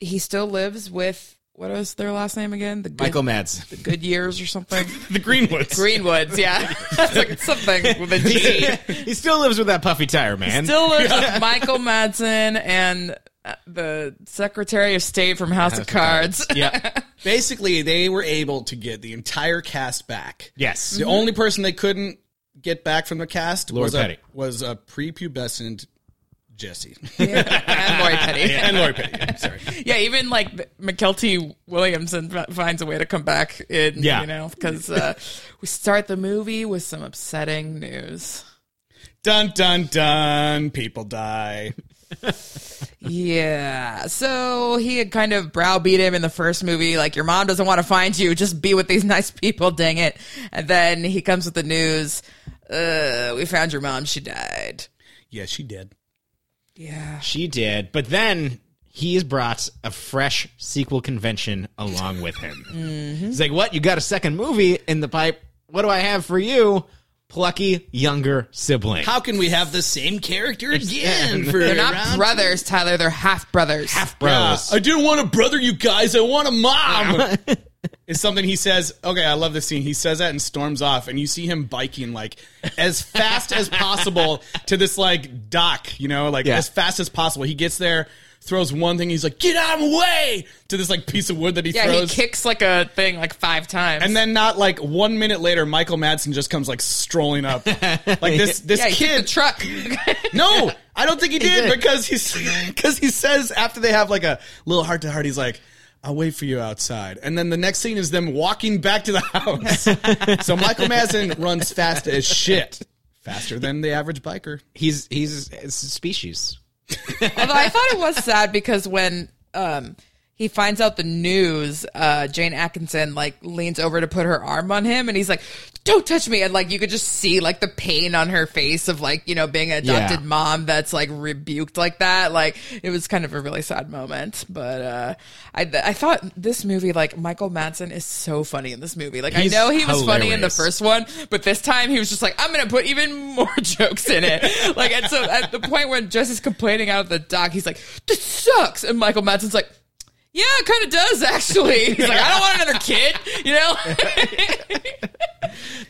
S2: he still lives with what was their last name again? The good,
S3: Michael Mads.
S2: the Good years or something.
S1: the Greenwoods.
S2: Greenwoods, yeah, It's like something with a G.
S3: he still lives with that puffy tire man.
S2: Still lives with Michael Madsen and uh, the Secretary of State from House, of Cards.
S1: yeah. Basically, they were able to get the entire cast back.
S3: Yes.
S1: The
S2: Mhm.
S1: only person they couldn't get back from the cast
S3: Lori
S1: was
S3: Petty.
S1: a was a prepubescent Jesse
S2: and Lori Petty.
S1: and Lori Petty. I'm sorry.
S2: Yeah, even like McKelty Williamson fi- finds a way to come back in,
S1: Yeah.
S2: you know, because uh, we start the movie with some upsetting news.
S1: Dun dun dun. People die.
S2: Yeah. So he had kind of browbeat him in the first movie, like, your mom doesn't want to find you. Just be with these nice people, dang it. And then he comes with the news uh, we found your mom. She died.
S1: Yeah, she did.
S2: Yeah.
S3: She did, but then he's brought a fresh sequel convention along with him. He's like, "What? You got a second movie in the pipe? What do I have for you?" Plucky younger sibling.
S1: How can we have the same character again? For
S2: They're not
S1: round-
S2: brothers, Tyler. They're half brothers. Half
S3: Bros.
S1: I didn't want a brother, you guys. I want a mom. Is something he says. Okay, I love this scene. He says that and storms off, and you see him biking like as fast as possible to this like dock. You know, like
S3: Yeah.
S1: as fast as possible. He gets there, throws one thing. He's like, "Get out of the way!" to this like piece of wood that he
S2: Yeah,
S1: throws.
S2: he kicks like a thing like five times.
S1: and then not like one minute later, Michael Madsen just comes like strolling up, like this this
S2: yeah, he kicked
S1: kid
S2: the truck.
S1: no, I don't think he
S2: He
S1: did,
S2: did.
S1: because he's because he says after they have like a little heart to heart, he's like, "I'll wait for you outside." And then the next scene is them walking back to the house. so Michael Madsen runs fast as shit, faster than the average biker.
S3: He's he's it's a species.
S2: Although I thought it was sad because when um he finds out the news, uh Jane Atkinson like leans over to put her arm on him and he's like, Don't touch me and like you could just see like the pain on her face of like, you know, being an adopted
S3: Yeah.
S2: mom that's like rebuked like that. Like it was kind of a really sad moment. But uh I I thought this movie, like Michael Madsen is so funny in this movie. Like
S3: He's
S2: I know he was funny in the
S3: hilarious.
S2: first first one, but this time he was just like, I'm gonna put even more jokes in it. like, and so at the point when Jesse's complaining out of the dock, he's like, "This sucks," and Michael Madsen's like. Yeah, it kind of does actually. He's like, I don't want another kid, you know.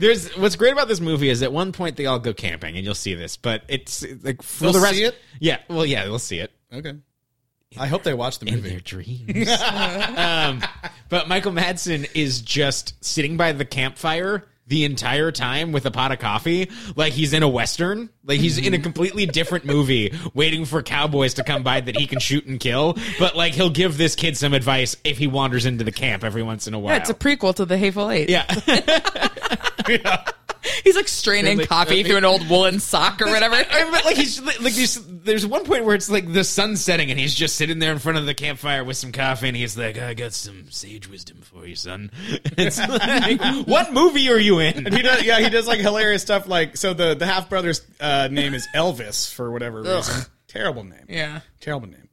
S3: There's what's great about this movie is at one point they all go camping, and you'll see this. But it's like for
S1: They'll
S3: the rest,
S1: see it?
S3: yeah. Well, yeah, we'll see it
S1: Okay, I hope they watch the
S3: in
S1: movie.
S3: their dreams. um, but Michael Madsen is just sitting by the campfire the entire time with a pot of coffee, like he's in a western, like he's in a completely different movie, waiting for cowboys to come by that he can shoot and kill. But like he'll give this kid some advice if he wanders into the camp every once in a while.
S2: Yeah, it's a prequel to The Hateful Eight.
S3: Yeah.
S2: He's like straining coffee through an old woolen sock or whatever.
S3: I mean, but like he's like these there's one point where it's like the sun setting and he's just sitting there in front of the campfire with some coffee and he's like, I got some sage wisdom for you, son. It's like, what movie are you in?
S1: And he does, yeah, he does like hilarious stuff. Like, so the the half brother's uh, name is Elvis for whatever
S2: Ugh.
S1: reason. Terrible name.
S2: Yeah.
S1: terrible name.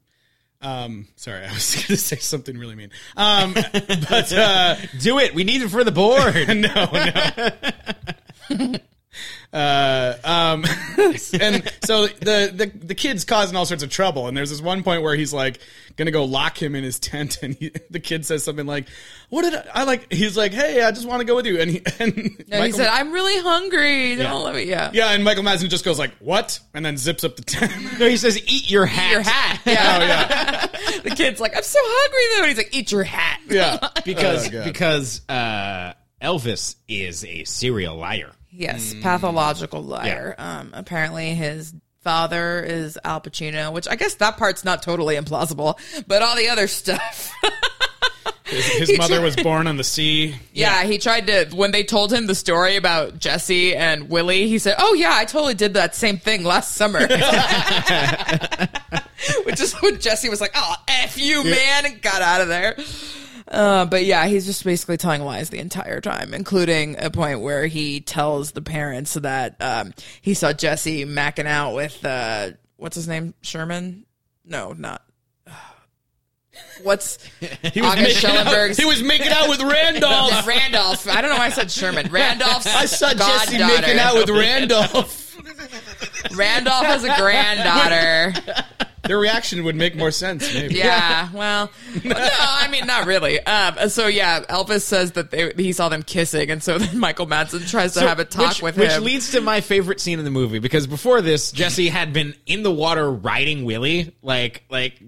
S1: Um, sorry, I was going to say something really mean. Um, but uh,
S3: do it. We need it for the board.
S1: no, no. Uh, um, and so the, the the kid's causing all sorts of trouble. And there's this one point where he's like gonna go lock him in his tent, and he, the kid says something like, "What did I, I like?" He's like, "Hey, I just want to go with you." And he and
S2: No, he
S1: Michael-
S2: said, "I'm really hungry. Don't let me." Yeah.
S1: yeah, and Michael Madsen just goes like, "What?" and then zips up the tent. Oh,
S3: No, he says, "Eat your hat."
S2: Your hat. Yeah. the kid's like, "I'm so hungry though," and he's like, "Eat your hat."
S1: Yeah,
S3: because
S2: Oh, God.
S3: because uh, Elvis is a serial liar.
S2: Yes,
S1: Mm.
S2: pathological liar. Um, apparently his father is Al Pacino, which I guess that part's not totally implausible, but all the other stuff.
S1: His, his
S2: He
S1: mother
S2: tried-
S1: was born on the sea.
S2: Yeah, he tried to when they told him the story about Jesse and Willie, he said, "Oh yeah, I totally did that same thing last summer." Which is when Jesse was like, "Oh, f you, man," and got out of there. Uh, but yeah, he's just basically telling lies the entire time, including a point where he tells the parents that um, he saw Jesse macking out with uh, what's his name, Sherman? No, not. What's
S1: He was
S2: August
S1: making out-
S2: Schellenberg's-
S1: he was making out with Randolph.
S2: Randolph. I don't know why I said Sherman. Randolph's
S1: I saw Jesse
S2: goddaughter.
S1: making out with Randolph.
S2: Randolph has a granddaughter.
S1: Their reaction would make more sense, maybe.
S2: Yeah. Well, no, I mean not really. Um, so yeah, Elvis says that they, he saw them kissing, and so then Michael Madsen tries to
S3: So,
S2: have a talk
S3: which,
S2: with
S3: which
S2: him.
S3: leads to my favorite scene in the movie because before this, Jesse had been in the water riding Willie, like like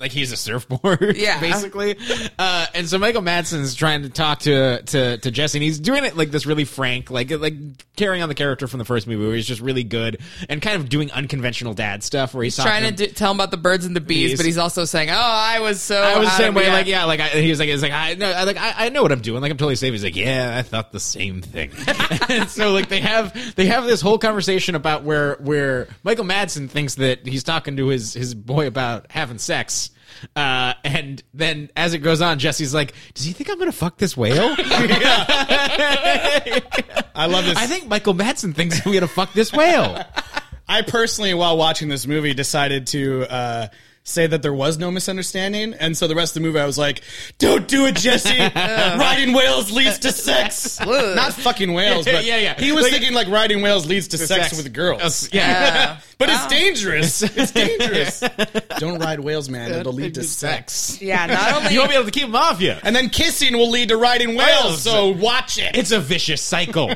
S3: like he's a surfboard,
S2: Yeah.
S3: basically. Uh, and so Michael Madsen's trying to talk to to to Jesse, and he's doing it like this really frank, like like carrying on the character from the first movie, where he's just really good and kind of doing unconventional dad stuff, where he's,
S2: He's trying to
S3: talking
S2: do, tell him about the birds and the bees,
S3: Bees.
S2: but he's also saying, "Oh, I was so
S3: Oh, I was the
S2: out
S3: same
S2: of
S3: way,
S2: my-
S3: like yeah, like I, he was like, it's like I know, I, like I, I know what I'm doing, like I'm totally safe. He's like, yeah, I thought the same thing. and so like they have they have this whole conversation about where where Michael Madsen thinks that he's talking to his his boy about having sex. Uh, and then as it goes on, Jesse's like, "Does he think I'm gonna fuck this whale?"
S1: I love this.
S3: I think Michael Madsen thinks I'm gonna fuck this whale.
S1: I personally, while watching this movie, decided to uh, say that there was no misunderstanding, and so the rest of the movie, I was like, "Don't do it, Jesse. riding whales leads to sex. Not fucking whales, but
S3: Yeah, yeah.
S1: He was
S3: Like-
S1: thinking like riding whales leads to
S3: To
S1: sex,
S3: sex.
S1: with girls.
S3: Yeah.
S1: but it's dangerous. It's dangerous. Don't ride whales, man. It'll lead to sex.
S2: Yeah, not only
S3: you won't be able to keep him off you.
S1: And then kissing will lead to riding whales.
S3: Whales.
S1: So watch it.
S3: It's a vicious cycle.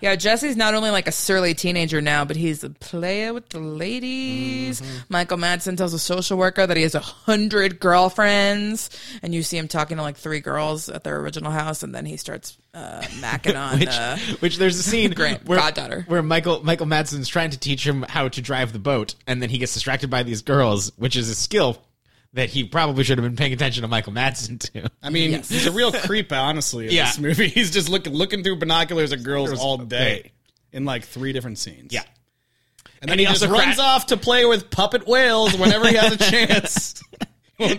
S2: Yeah, Jesse's not only like a surly teenager now, but he's a player with the ladies. Michael Madsen tells a social worker that he has a hundred girlfriends, and you see him talking to like three girls at their original house, and then he starts uh, macking on.
S3: which,
S2: uh,
S3: which there's a scene
S2: Grant,
S3: where,
S2: goddaughter.
S3: where Michael Michael Madsen's trying to teach him how to drive the boat, and then he gets distracted by these girls, which is a skill that he probably should have been paying attention to Michael Madsen to.
S1: I mean,
S2: Yes.
S1: he's a real creep, honestly, in
S3: Yeah.
S1: this movie. He's just looking looking through binoculars at girls all day in like three different scenes.
S3: Yeah.
S1: And then he, just runs off to play with puppet whales whenever he has a chance.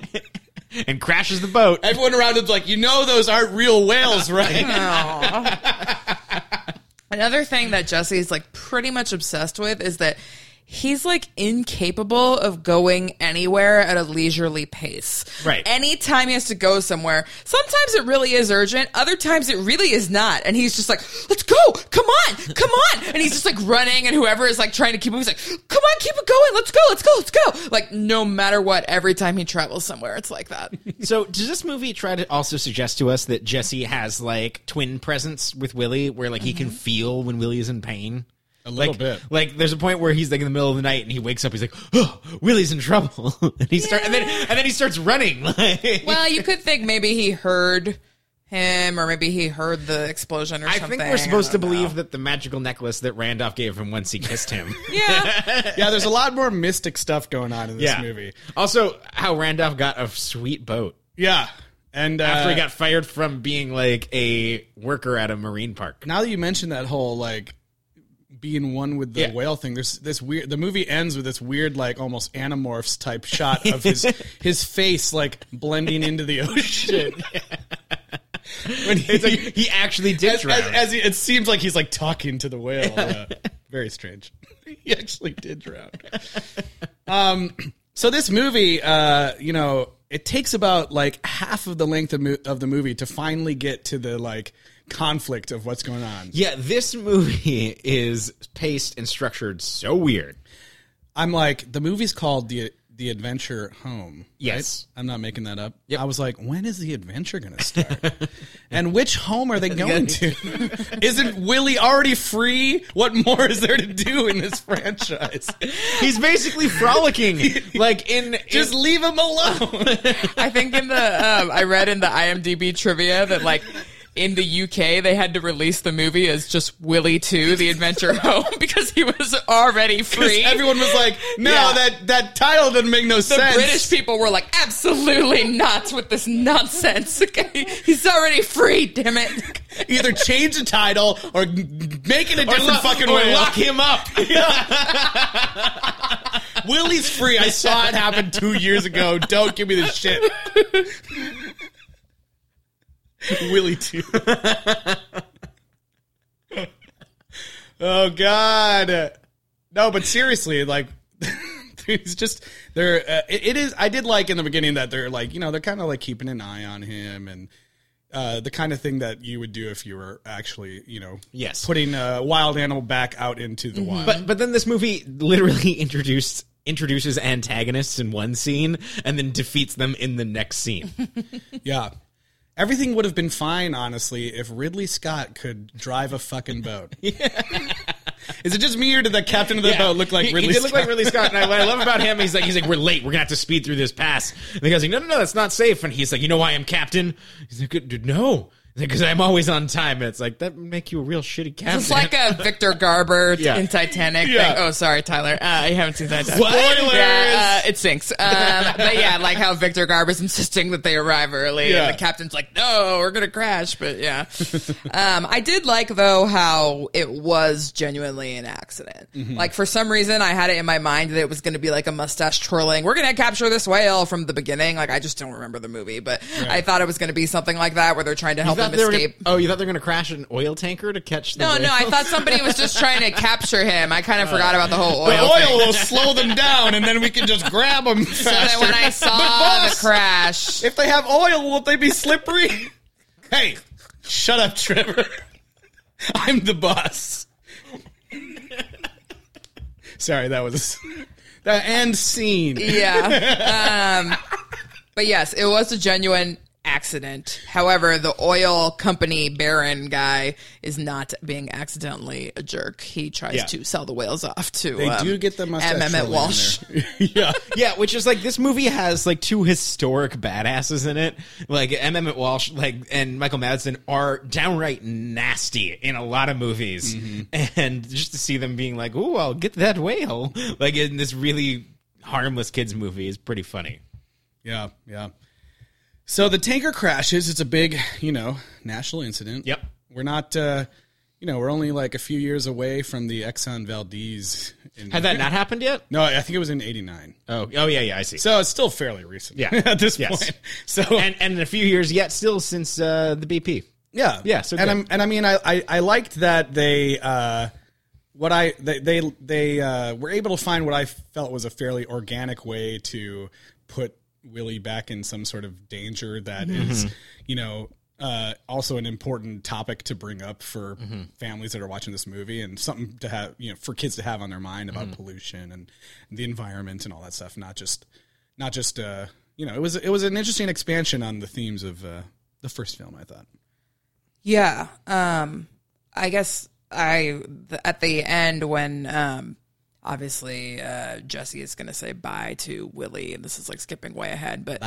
S3: and crashes the boat.
S1: Everyone around him's like, you know those aren't real whales, right?
S2: Aw. Another thing that Jesse's like pretty much obsessed with is that he's like incapable of going anywhere at a leisurely pace.
S3: Right.
S2: Anytime he has to go somewhere, sometimes it really is urgent, other times it really is not. And he's just like, let's go, come on, come on. And he's just like running, and whoever is like trying to keep him, he's like, come on, keep it going, let's go, let's go, let's go. Like, no matter what, every time he travels somewhere, it's like that.
S3: So does this movie try to also suggest to us that Jesse has like twin presence with Willie, where like he can feel when Willie is in pain?
S1: A little
S3: like,
S1: bit.
S3: Like there's a point where he's like in the middle of the night and he wakes up. He's like, "Oh, Willie's in trouble," and he start and then and then he starts running. Like,
S2: Well, you could think maybe he heard him, or maybe he heard the explosion or
S3: I
S2: something.
S3: think we're supposed to
S2: don't
S3: believe that the magical necklace that Randolph gave him once he kissed him.
S2: know. Yeah.
S1: yeah, there's a lot more mystic stuff going on in this
S3: yeah.
S1: movie.
S3: Also, how Randolph got a sweet boat
S1: Yeah. And uh,
S3: after he got fired from being like a worker at a marine park.
S1: now that you mentioned that whole like being one with the
S3: Yeah.
S1: whale thing. There's this weird. The movie ends with this weird, like almost anamorphs type shot of his his face like blending into the ocean. when he,
S3: It's like, he actually did
S1: as,
S3: drown.
S1: as, as he, it seems like he's like talking to the whale. uh, very strange. he actually did drown. Um, so this movie, uh, you know, it takes about like half of the length of, mo- of the movie to finally get to the like conflict of what's going on.
S3: Yeah, this movie is paced and structured so weird.
S1: I'm like, the movie's called the the Adventure Home.
S3: Yes.
S1: right? I'm not making that up. I was like, when is the adventure going to start? and which home are they going to? Isn't Willie already free? What more is there to do in this franchise?
S3: He's basically frolicking, like in
S1: just leave him alone.
S2: I think in the um, I read in the IMDb trivia that like in the UK they had to release the movie as just Willy Two: The Adventure Home because he was already free.
S1: Everyone was like, no,
S2: Yeah.
S1: that that title doesn't make no
S2: the
S1: sense.
S2: British people were like, absolutely not with this nonsense. Okay, He's already free, damn it.
S1: Either change the title or make it a different
S3: lock-
S1: fucking
S3: or
S1: way.
S3: lock him up.
S1: Willie's free. I saw it happen two years ago. Don't give me this shit. Willie too. oh God. No, but seriously, like it's just they're uh, it, it is. I did like in the beginning that they're like you know they're kind of like keeping an eye on him and. Uh, the kind of thing that you would do if you were actually, you know,
S3: Yes.
S1: putting a wild animal back out into the wild.
S3: But but then this movie literally introduced introduces antagonists in one scene and then defeats them in the next scene.
S1: Yeah. Everything would have been fine, honestly, if Ridley Scott could drive a fucking boat. Is it just me or did the captain of the
S3: Yeah.
S1: boat look like
S3: He-
S1: Ridley
S3: he did
S1: Scott?
S3: look like Ridley Scott. And I, what I love about him, he's like, he's like, we're late. We're gonna have to speed through this pass. And the guy's like, no, no, no, that's not safe. And he's like, you know why I'm captain? He's like, dude, no, because I'm always on time. And it's like that would make you a real shitty captain.
S2: It's like a Victor Garber
S3: Yeah.
S2: in Titanic.
S3: Yeah.
S2: Thing. Oh, sorry, Tyler. Uh, I haven't seen Titanic.
S3: Spoilers!
S2: Yeah, uh, it sinks. Um, but yeah, like how Victor Garber's insisting that they arrive early,
S8: Yeah.
S2: and the captain's like, "No, we're gonna crash." But yeah, um, I did like though how it was genuinely an accident.
S3: Mm-hmm.
S8: Mhm.
S2: Like for some reason, I had it in my mind that it was gonna be like a mustache twirling. We're gonna capture this whale from the beginning. Like I just don't remember the movie, but I thought it was gonna be something like that where they're trying to
S3: You
S2: help
S3: thought
S2: them
S3: they were
S2: escape.
S3: Gonna, oh, you thought they were gonna crash an oil tanker to catch? The
S2: No, no, I
S3: whale?
S2: thought somebody was just trying to capture him. I kind of forgot about the whole oil.
S1: The
S2: thing.
S1: oil will slow them down and then we can just grab them
S2: So that when I saw the crash,
S1: if they have oil, won't they be slippery? hey, shut up, Trevor. I'm the boss. Sorry, that was the end scene.
S2: yeah. Um, but yes, it was a genuine accident. However, the oil company baron guy is not being accidentally a jerk. He tries
S3: Yeah.
S2: to sell the whales off to.
S3: They
S2: um,
S3: do get the mustache
S2: M.
S3: twirling
S2: Emmett
S3: in
S2: Walsh.
S1: yeah,
S3: yeah, which is like this movie has like two historic badasses in it. Like M. Emmett Walsh, like and Michael Madsen are downright nasty in a lot of movies,
S1: Mm-hmm.
S3: and just to see them being like, "Ooh, I'll get that whale," like in this really harmless kids movie is pretty funny.
S1: Yeah, yeah. So the tanker crashes. It's a big, you know, national incident. Yep. We're not, uh, you know, we're only like a few years away from the Exxon Valdez. In-
S3: Had that not happened yet?
S1: No, I think it was in '89.
S3: Oh, oh yeah, yeah, I see.
S1: So it's still fairly recent.
S3: Yeah,
S1: at this
S3: Yes.
S1: point. So
S3: and and in a few years yet, still since uh, the BP.
S1: Yeah,
S3: Yeah, so
S1: and
S3: good.
S1: I'm, and I mean, I, I, I liked that they, uh, what I they they, they uh, were able to find what I felt was a fairly organic way to put Willie back in some sort of danger that is,
S3: Mhm.
S1: you know. Uh, also, an important topic to bring up for
S3: Mm-hmm.
S1: families that are watching this movie, and something to have you know for kids to have on their mind about
S3: Mhm.
S1: pollution and the environment and all that stuff. Not just, not just uh, you know, it was it was an interesting expansion on the themes of uh, the first film. I thought.
S2: Yeah. Um I guess I th- at the end when um obviously uh Jesse is going to say bye to Willie and this is like skipping way ahead but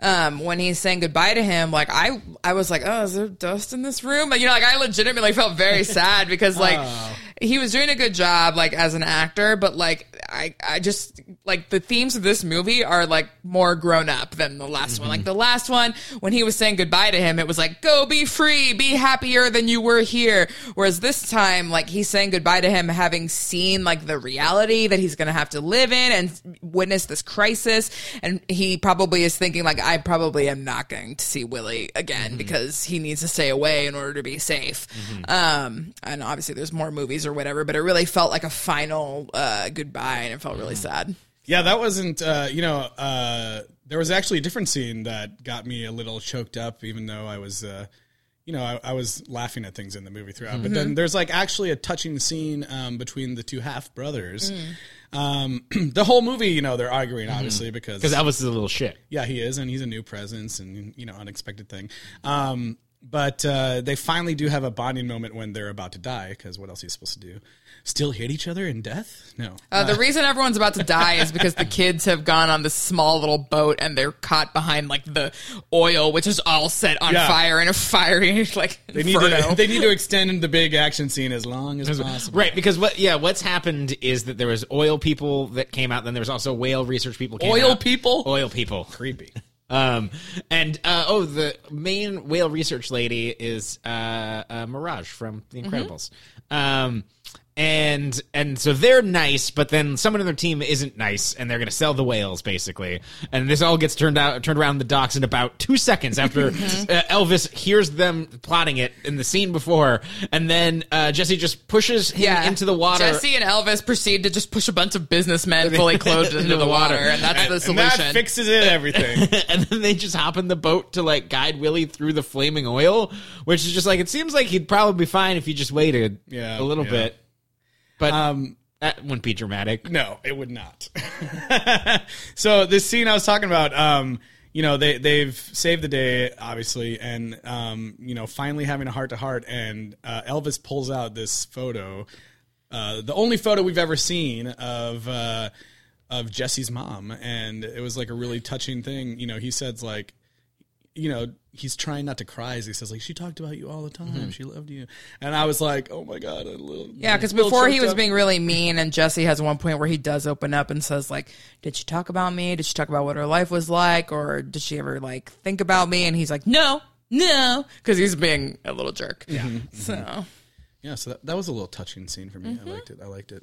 S2: um when he's saying goodbye to him like I I was like oh is there dust in this room? Like you know like I legitimately felt very sad because like
S8: Oh.
S2: he was doing a good job like as an actor, but like I I just like the themes of this movie are like more grown up than the last one. Like the last one when he was saying goodbye to him, it was like go be free, be happier than you were here. Whereas this time like he's saying goodbye to him having seen like the reality that he's going to have to live in and witness this crisis and he probably is thinking like I probably am not going to see Willie again because he needs to stay away in order to be safe. Um, and obviously, there's more movies or whatever, but it really felt like a final uh, goodbye, and it felt really sad.
S1: Yeah, that wasn't. Uh, you know, uh, there was actually a different scene that got me a little choked up, even though I was, uh, you know, I, I was laughing at things in the movie throughout. But then
S15: Mhm.
S1: there's like actually a touching scene um, between the two half brothers.
S15: Mm.
S1: Um, the whole movie, you know, they're arguing obviously
S3: Mhm.
S1: because
S3: 'Cause Elvis is a little shit.
S1: yeah, he is, and he's a new presence, and you know, unexpected thing. Um, but uh, they finally do have a bonding moment when they're about to die, because what else are you supposed to do? Still hate each other in death? No.
S2: Uh, the reason everyone's about to die is because the kids have gone on this small little boat and they're caught behind like the oil, which is all set on
S1: Yeah.
S2: fire in a fiery like.
S1: They need to
S2: inferno.
S1: they need to extend the big action scene as long as possible.
S3: Right, because what? Yeah, what's happened is that there was oil people that came out. Then there was also whale research people. Came
S1: Oil
S3: people. Oil people. Creepy. Um, and uh, oh, the main whale research lady is uh, uh, Mirage from The
S15: Mhm.
S3: Incredibles. Um, and and so they're nice, but then someone on their team isn't nice, and they're going to sell the whales basically. And this all gets turned out turned around the docks in about two seconds after
S15: Mhm.
S3: uh, Elvis hears them plotting it in the scene before, and then uh, Jesse just pushes him into the water.
S2: Jesse and Elvis proceed to just push a bunch of businessmen fully clothed into the water, and that's the
S3: And that
S2: solution.
S3: fixes it everything. and then they just hop in the boat to like guide Willie through the flaming oil, which is just like it seems like he'd probably be fine if he just waited
S1: Yeah,
S3: a little
S1: yeah.
S3: bit. But um, that wouldn't be dramatic.
S1: No, it would not. so this scene I was talking about, um, you know, they they've saved the day, obviously, and um, you know, finally having a heart to heart, and uh, Elvis pulls out this photo, uh, the only photo we've ever seen of. Uh, of Jesse's mom, and it was like a really touching thing. You know, he says like, you know, he's trying not to cry. As he says like, she talked about you all the time.
S15: Mhm.
S1: She loved you, and I was like, oh my god, a little
S2: Mm-hmm. Yeah, because
S1: little
S2: before he
S1: choked
S2: was
S1: up.
S2: being really mean, and Jesse has one point where he does open up and says, like, did she talk about me? Did she talk about what her life was like? Or did she ever, like, think about me? And he's like, no, no, because he's being a little jerk.
S1: Yeah.
S2: So uh,
S1: Yeah, so that, that was a little touching scene for me. I liked it. I liked it.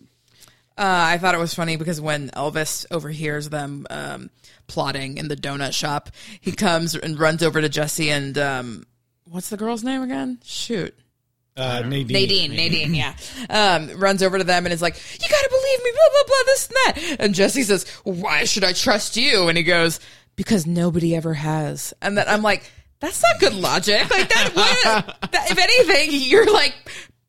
S2: Uh, I thought it was funny because when Elvis overhears them um, plotting in the donut shop, he comes and runs over to Jesse and, um, what's the girl's name again? Shoot.
S1: Uh, Nadine.
S2: Nadine, Nadine, yeah. Um, runs over to them and is like, You gotta believe me, blah, blah, blah, this and that. And Jesse says, Why should I trust you? And he goes, Because nobody ever has. And then I'm like, That's not good logic. Like, that, what, that if anything, you're like,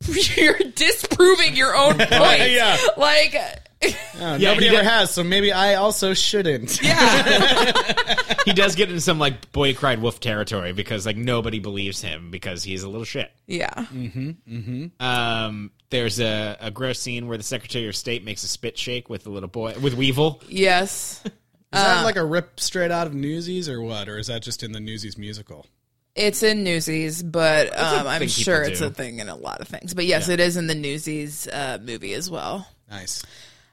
S2: you're disproving your own point.
S1: Yeah.
S2: Like,
S1: Uh,
S3: Yeah,
S1: nobody
S3: he
S1: ever
S3: did-
S1: has, so maybe I also shouldn't.
S3: he does get in some like boy cried wolf territory because like nobody believes him because he's a little shit.
S2: yeah.
S1: Mm-hmm. Mm-hmm.
S3: Um, there's a, a gross scene where the Secretary of State makes a spit shake with the little boy with Weevil.
S2: Yes.
S1: Is that
S2: Uh,
S1: like a rip straight out of Newsies or what? Or is that just in the Newsies musical?
S2: It's in Newsies, but
S1: a
S2: um, I'm
S1: thing people
S2: sure it's
S1: do.
S2: a thing in a lot of things. But yes,
S1: Yeah.
S2: it is in the Newsies uh, movie as well.
S1: Nice.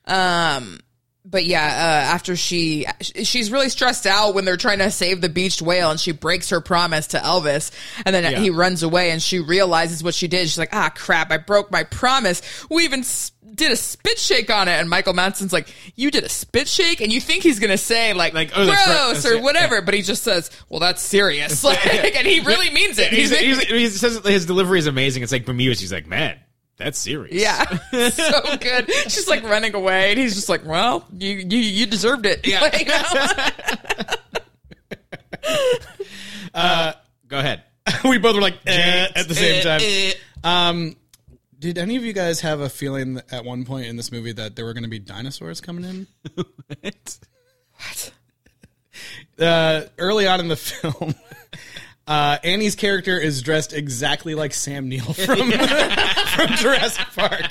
S2: Um, but yeah, uh, after she she's really stressed out when they're trying to save the beached whale, and she breaks her promise to Elvis, and then
S8: Yeah.
S2: he runs away, and she realizes what she did. She's like, "Ah, crap! I broke my promise. We even s- did a spit shake on it." And Michael Manson's like, "You did a spit shake," and you think he's gonna say like, like
S3: "Oh, that's right.
S2: gross
S3: That's
S2: or
S3: it."
S2: whatever, but he just says, "Well, that's serious," like, and he really means it.
S3: He's,
S2: He's,
S3: he's, he says his delivery is amazing. It's like bemused. He's like, man, that's serious.
S2: yeah, so good. She's like running away, and he's just like, "Well, you you, you deserved it."
S3: Yeah.
S2: Like, you know?
S3: Uh, go ahead.
S1: we both were like eh, at the same
S3: Eh,
S1: time.
S3: eh.
S1: Um, did any of you guys have a feeling at one point in this movie that there were going to be dinosaurs coming in? what?
S3: eh."
S1: What? Uh, early on in the film, uh, Annie's character is dressed exactly like Sam Neill from, from Jurassic Park.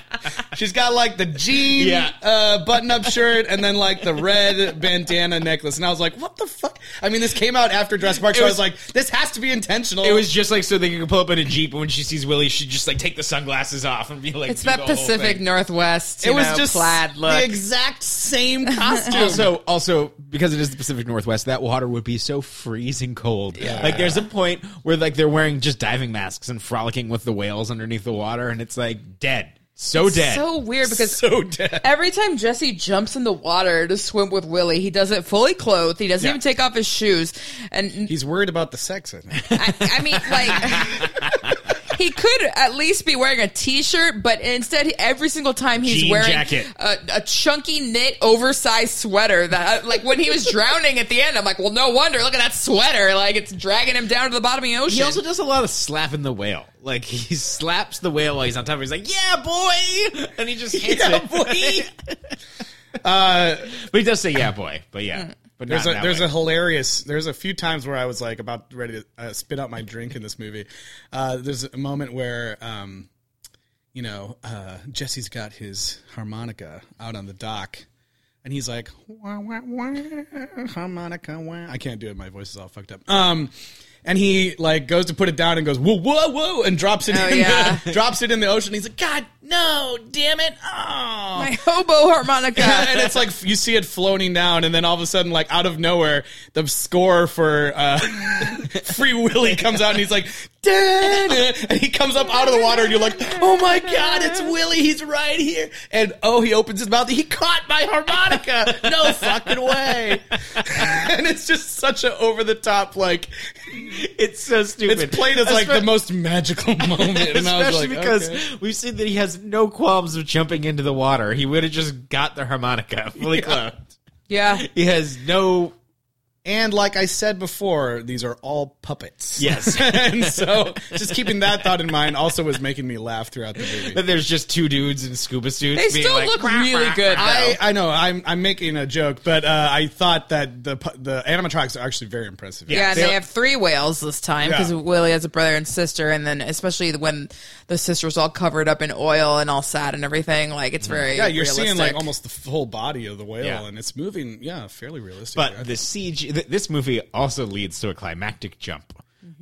S1: She's got like the jean
S3: Yeah.
S1: uh, button-up shirt and then like the red bandana necklace, and I was like, "What the fuck?" I mean, this came out after Dress Park, so
S3: It
S1: I was
S3: was-
S1: like, "This has to be intentional."
S3: It was just like so they could pull up in a jeep, and when she sees Willie, she just like take the sunglasses off and be like,
S2: it's
S3: do
S2: that
S3: the whole
S2: Pacific
S3: thing.
S2: Northwest. You
S1: It was
S2: know,
S1: just
S2: plaid
S1: the
S2: look.
S1: exact same costume.
S3: also, also because it is the Pacific Northwest, that water would be so freezing cold.
S1: Yeah.
S3: Like there's a point where like they're wearing just diving masks and frolicking with the whales underneath the water, and it's like dead, so
S2: It's
S3: dead,
S2: So weird because
S3: so dead.
S2: every time Jesse jumps in the water to swim with Willie, he does it fully clothed. He doesn't
S1: Yeah.
S2: even take off his shoes. And
S1: He's worried about the sex. I think.
S2: I mean, like he could at least be wearing a t-shirt, but instead, every single time he's
S3: Jean
S2: wearing
S3: jacket.
S2: A, a chunky knit oversized sweater. That like when he was drowning at the end, I'm like, well, no wonder. Look at that sweater. Like it's dragging him down to the bottom of the ocean.
S3: He also does a lot of slapping the whale. Like he slaps the whale while he's on top. of it. He's like, "Yeah, boy," and he just hits
S1: Yeah,
S3: it.
S1: Uh,
S3: but he does say, "Yeah, boy." But yeah, but
S1: there's
S3: not in
S1: a
S3: that
S1: there's
S3: way.
S1: a hilarious there's a few times where I was like about ready to uh, spit out my drink in this movie. Uh, there's a moment where um, you know uh, Jesse's got his harmonica out on the dock, and he's like wah, wah, wah, harmonica. Wah. I can't do it. My voice is all fucked up. Um, and he like goes to put it down and goes whoa whoa whoa and drops it
S2: Oh,
S1: in
S2: yeah.
S1: the, drops it in the ocean. He's like God no, damn it! Oh.
S2: My hobo harmonica.
S1: and it's like you see it floating down, and then all of a sudden, like out of nowhere, the score for uh, Free Willy comes out, and he's like, "Da-da," and he comes up out of the water, and you're like, "Oh my god, it's Willy! He's right here!" And oh, he opens his mouth, he caught my harmonica! No fucking way! and it's just such a over the top, like
S3: it's so stupid.
S1: It's played as like the
S3: Espe-
S1: most magical moment, and I was
S3: Especially
S1: like,
S3: because
S1: okay.
S3: we've seen that he has no qualms of jumping into the water. He would have just got the harmonica fully clothed.
S2: Yeah.
S3: He has no.
S1: And like I said before, these are all puppets.
S3: Yes.
S1: and so just keeping that thought in mind also was making me laugh throughout the movie.
S3: That there's just two dudes in scuba suits.
S2: They
S3: being
S2: still
S3: like,
S2: look
S3: "Quack,
S2: really
S3: quack,
S2: good,
S3: quack."
S1: I, I know I'm I'm making a joke, but uh, I thought that the pu- the animatronics are actually very impressive.
S2: Yeah, and they have three whales this time because
S1: Yeah.
S2: Willie has a brother and sister, and then especially when the sister's all covered up in oil and all sad and everything, like it's very
S1: yeah, you're
S2: realistic.
S1: seeing like almost the full body of the whale,
S3: Yeah.
S1: and it's moving. Yeah, fairly realistic.
S3: But the CG, th- this movie also leads to a climactic jump.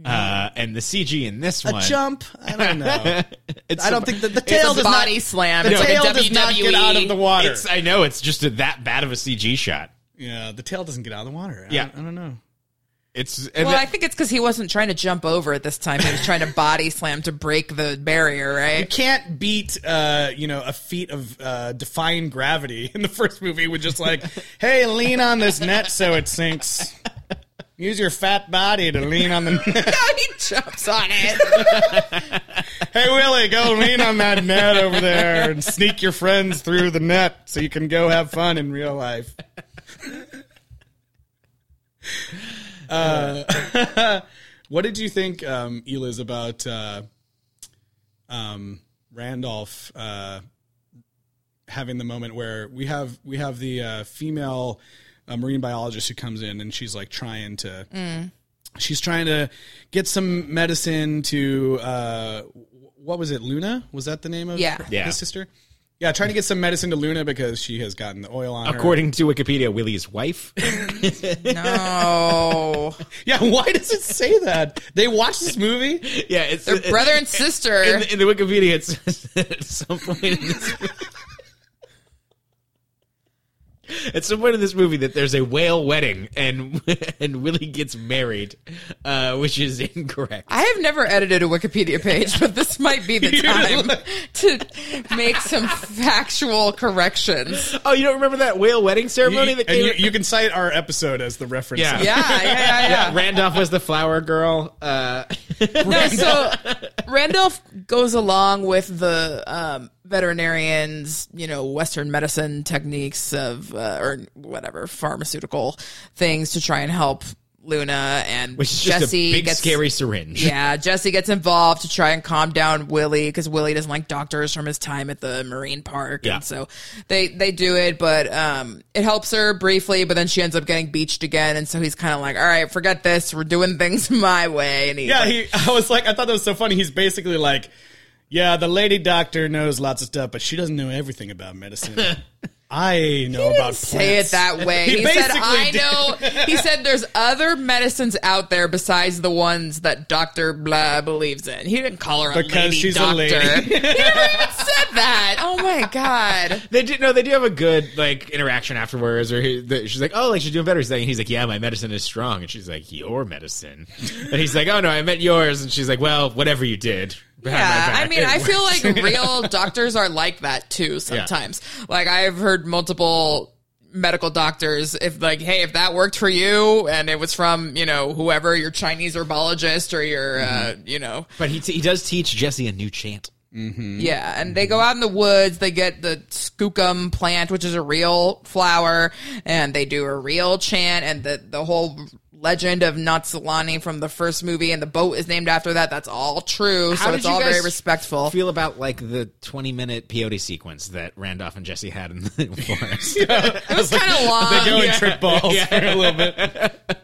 S3: Uh, and the CG in this
S1: a
S3: one.
S1: jump? I don't know.
S3: It's
S1: I
S3: a-
S1: don't think that the
S3: it's a
S1: tail does
S2: body
S1: not,
S2: slam.
S1: The
S2: It's like a E.
S1: tail does not get
S2: WWE.
S1: out of the water.
S3: It's, I know it's just a, that bad of a CG shot.
S1: yeah, the tail doesn't get out of the water. I
S3: Yeah.
S1: don't- I, don't know.
S3: It's and
S2: Well,
S3: that-
S2: I think it's because he wasn't trying to jump over at this time; he was trying to body slam to break the barrier,
S1: You
S2: right?
S1: can't beat, uh, you know, a feat of uh, defying gravity in the first movie with just like, hey, lean on this net so it sinks. Use your fat body to lean on the net.
S2: he jumps on it.
S1: Hey, Willie, go lean on that net over there and sneak your friends through the net so you can go have fun in real life. Uh, what did you think, um, Eliz, about uh, um, Randolph uh, having the moment where we have we have the uh, female uh, marine biologist who comes in and she's like trying to she's trying to get some medicine to uh, what was it luna was that the name of
S2: Yeah.
S1: her-
S3: Yeah.
S1: his sister yeah trying to get some medicine to luna because she has gotten the oil on her.
S3: according to Wikipedia, Willie's wife.
S2: no,
S1: yeah why does it say that they watched this movie
S3: yeah, it's
S2: their brother and sister.
S3: In, the- in the Wikipedia, it says that at some point in this. At some point in this movie, that there's a whale wedding and and Willie gets married, uh, which is incorrect.
S2: I have never edited a Wikipedia page, but this might be the time to make some factual corrections.
S3: Oh, you don't remember that whale wedding ceremony
S1: You-
S3: that
S1: and
S3: came?
S1: you, you can cite our episode as the reference
S3: yeah.
S2: Yeah, yeah, yeah, yeah.
S3: Randolph was the flower girl. Uh,
S2: No, so Randolph goes along with the um, veterinarians, you know, Western medicine techniques of uh, or whatever pharmaceutical things to try and help Luna and
S3: which is just
S2: Jesse
S3: a big
S2: gets
S3: scary syringe.
S2: yeah, Jesse gets involved to try and calm down Willie because Willie doesn't like doctors from his time at the marine park,
S3: Yeah.
S2: and so they they do it. But um, it helps her briefly, but then she ends up getting beached again, and so he's kind of like, "All right, forget this. We're doing things my way." And he,
S1: yeah he, i was like i thought that was so funny he's basically like Yeah, the lady doctor knows lots of stuff, but she doesn't know everything about medicine. I know about
S2: Say it
S1: plants.
S2: that way. He, said,
S1: basically
S2: "I
S1: did.
S2: know." He said, "There's other medicines out there besides the ones that Doctor Blah believes in." He didn't call her a
S1: Because
S2: lady
S1: she's a
S2: doctor.
S1: lady.
S2: he never even said that. Oh my god!
S3: They do no. They do have a good like interaction afterwards. Or he, the, she's like, "Oh, like she's doing better." He's like, "He's like, yeah, my medicine is strong." And she's like, "Your medicine," and he's like, "Oh no, I meant yours." And she's like, "Well, whatever you did." behind my
S2: Yeah,
S3: back,
S2: I mean,
S3: it
S2: I feel
S3: worked."
S2: like real doctors are like that too sometimes. Like I've heard multiple medical doctors if like hey if that worked for you and it was from you know whoever your chinese herbologist or your uh
S3: Mhm.
S2: you know
S3: but he, t- he does teach Jesse a new chant. Mm-hmm.
S2: Yeah, and they go out in the woods. They get the skookum plant, which is a real flower, and they do a real chant. And the the whole legend of Natsulani from the first movie, and the boat is named after that. That's all true. so it's all very respectful.
S3: Feel about like the twenty minute peyote sequence that Randolph and Jesse had in the forest.
S2: It was kind of long.
S3: They go and
S2: Yeah.
S3: trip balls
S1: Yeah.
S3: for a little bit.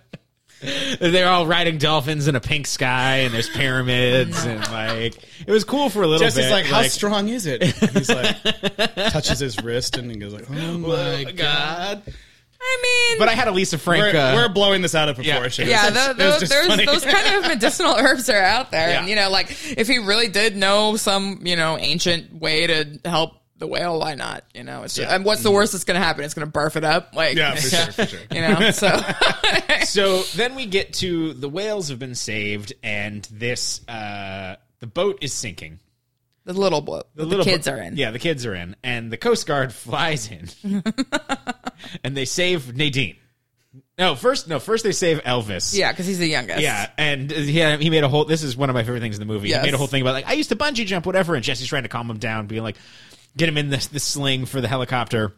S3: They're all riding dolphins in a pink sky, and there's pyramids, and like it was cool for a little
S1: Jesse's
S3: bit.
S1: like, how strong is it? He's like, touches his wrist and he goes like, oh my god.
S2: I mean,
S3: but I had a Lisa Frank.
S1: We're,
S3: uh,
S1: we're blowing this out of proportion.
S2: Yeah,
S1: It was-
S2: tho-
S1: it was
S2: tho-
S1: just
S2: there's
S1: funny.
S2: those kind of medicinal herbs are out there, and
S1: Yeah.
S2: you know, like if he really did know some, you know, ancient way to help the whale, why not? You know, it's
S3: Yeah. Mm-hmm.
S2: and what's the worst that's going to happen? It's going to barf it up, like
S3: Yeah, for sure, for sure.
S2: you know. So
S3: so then we get to the whales have been saved, and this uh, the boat is sinking.
S2: the little boy, the, kids
S3: bo-
S2: are in.
S3: Yeah, the kids are in, and the Coast Guard flies in, and they save Nadine. No, first, no, first they save Elvis.
S2: Yeah, because he's the youngest.
S3: Yeah, and uh, yeah, he made a whole. This is one of my favorite things in the movie.
S2: Yes.
S3: He made a whole thing about like I used to bungee jump, whatever. And Jesse's trying to calm him down, being like, get him in this this sling for the helicopter.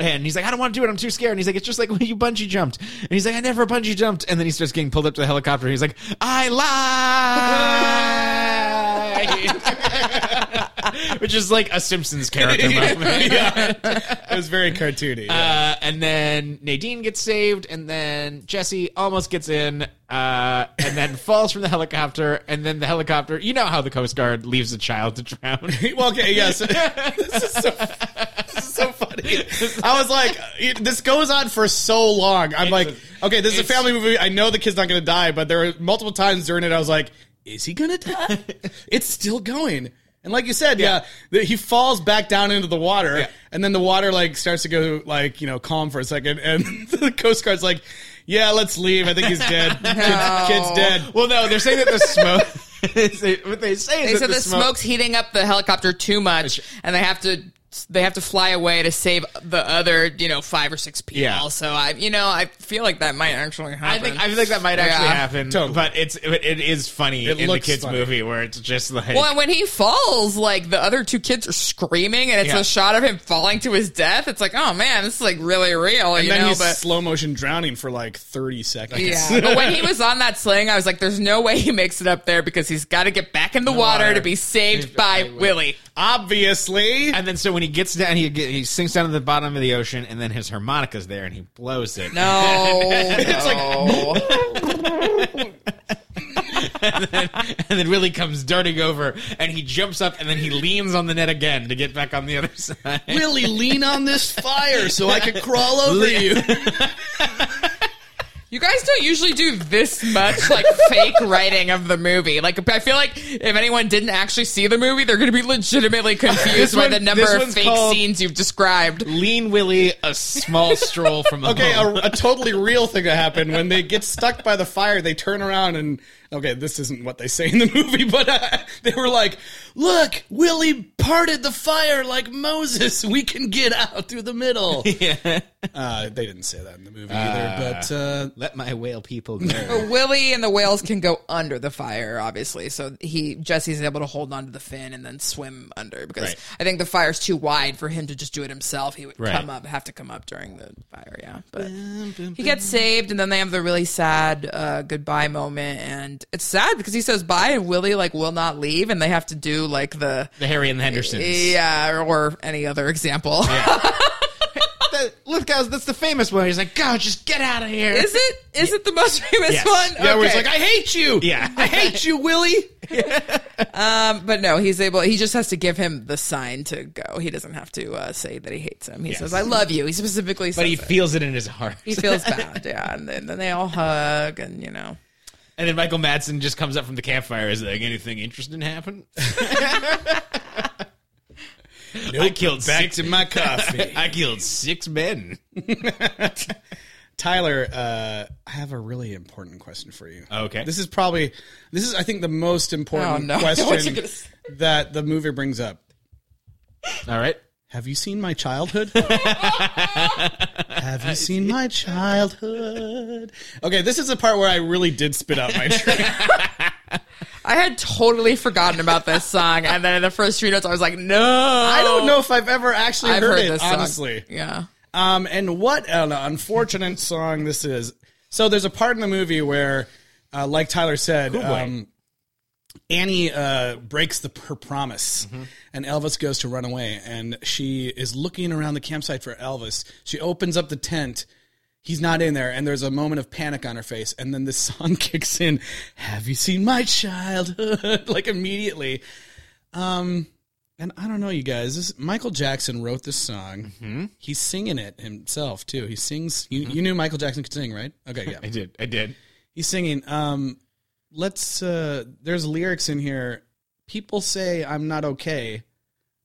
S3: And he's like, I don't want to do it. I'm too scared. And he's like, it's just like when you bungee jumped. And he's like, I never bungee jumped. And then he starts getting pulled up to the helicopter. And he's like, I lied, which is like a Simpsons character moment.
S1: it was very cartoony.
S3: Uh, and then Nadine gets saved, and then Jesse almost gets in, uh, and then falls from the helicopter, and then the helicopter. You know how the Coast Guard leaves a child to drown.
S1: well, okay, yes. this is so. This is so funny. I was like, it, this goes on for so long. I'm like, okay, this is a family movie. I know the kid's not going to die, but there were multiple times during it I was like, is he going to die? it's still going. And like you said, yeah, th- he falls back down into the water, and then the water like starts to go like you know calm for a second, and the Coast Guard's like, "Yeah, let's leave. I think he's dead.
S2: No.
S1: Kid's, kid's dead."
S3: Well, no, they're saying that the smoke. what they say is
S2: They
S3: that
S2: said
S3: the
S2: the
S3: smoke-
S2: smoke's heating up the helicopter too much, and they have to they have to fly away to save the other, you know, five or six people.
S3: Yeah.
S2: So I, you know, I feel like that might actually happen.
S3: I think I think that might actually
S2: Yeah.
S3: happen, but it's it, it is funny
S1: It
S3: in the
S1: looks
S3: kids
S1: funny.
S3: movie where it's just like
S2: Well, and when he falls, like the other two kids are screaming, and it's
S3: Yeah.
S2: a shot of him falling to his death. It's like, oh man, this is like really real,
S1: And
S2: you
S1: then
S2: know.
S1: he's
S2: But
S1: slow motion drowning for like 30 seconds.
S2: yeah, but when he was on that sling, I was like, there's no way he makes it up there because he's got to get back in the, water,
S3: water.
S2: to be saved by Willie.
S1: obviously.
S3: And then so when he gets down, he get- he sinks down to the bottom of the ocean, and then his harmonica's there, and he blows it.
S2: No,
S3: It's like-
S2: no.
S3: and, then, and then Willie comes darting over, and he jumps up, and then he leans on the net again to get back on the other side.
S1: Willie, lean on this fire so I can crawl over you.
S2: You guys don't usually do this much like fake writing of the movie. Like I feel like if anyone didn't actually see the movie, they're going to be legitimately confused by
S3: one-
S2: the number
S3: this
S2: of
S3: one's
S2: fake
S3: called
S2: scenes you've described.
S3: Lean Willie, a small stroll from a
S1: Okay,
S3: home.
S1: a, a totally real thing that happened when they get stuck by the fire, they turn around and okay, this isn't what they say in the movie, but uh, they were like, "Look, Willie parted the fire like Moses. We can get out through the middle."
S3: Yeah.
S1: Uh, they didn't say that in the movie
S3: Uh,
S1: either, but uh,
S3: let my whale people go.
S2: But Willie and the whales can go under the fire, obviously. So he Jesse's able to hold onto the fin and then swim under because
S3: Right.
S2: I think the fire's too wide for him to just do it himself. He would
S3: Right.
S2: come up, have to come up during the fire. Yeah, but he gets saved, and then they have the really sad uh, goodbye moment, and it's sad because he says bye, and Willie like will not leave, and they have to do like the
S3: the Harry and the Hendersons.
S2: yeah or any other example.
S3: that, Lithgow's, that's the famous one. He's like, God, just get out of here.
S2: Is it? Is it the most famous
S3: Yes.
S2: one?
S3: Yeah, where he's
S2: Okay.
S3: like, I hate you. Yeah. I hate you, Willie.
S2: Um, but no, he's able. He just has to give him the sign to go. He doesn't have to uh, say that he hates him. He
S3: Yes.
S2: says, "I love you." He specifically says,
S3: But he
S2: it.
S3: feels it in his heart.
S2: he feels bad. Yeah, and then, then they all hug, and you know,
S3: And then Michael Madsen just comes up from the campfire. Is like anything interesting happen? I killed
S1: back
S3: six
S1: to my coffee.
S3: I killed six men.
S1: Tyler, uh, I have a really important question for you.
S3: Okay.
S1: This is probably this is I think the most important
S3: Oh, no. I know what you're
S1: question
S3: gonna
S1: that the movie brings up.
S3: All right.
S1: Have you seen my childhood? Have you seen my childhood? Okay, this is the part where I really did spit out my drink.
S2: I had totally forgotten about this song, and then in the first few notes, I was like, "No,
S1: I don't know if I've ever actually
S2: I've
S1: heard,
S2: heard
S1: it,
S2: this song.
S1: honestly.
S2: Yeah.
S1: Um, and what an unfortunate song this is. So there's a part in the movie where, uh, like Tyler said,
S3: Cool boy.
S1: um, Annie uh, breaks the, her promise, and Elvis goes to run away, and she is looking around the campsite for Elvis. She opens up the tent. He's not in there, and there's a moment of panic on her face, and then this song kicks in. Have you seen my childhood? like immediately. Um, and I don't know, you guys. This, Michael Jackson wrote this song. He's singing it himself too. He sings. You, you knew Michael Jackson could sing, right? Okay, yeah,
S3: I did. I did.
S1: He's singing. Um, let's. Uh, there's lyrics in here. People say I'm not okay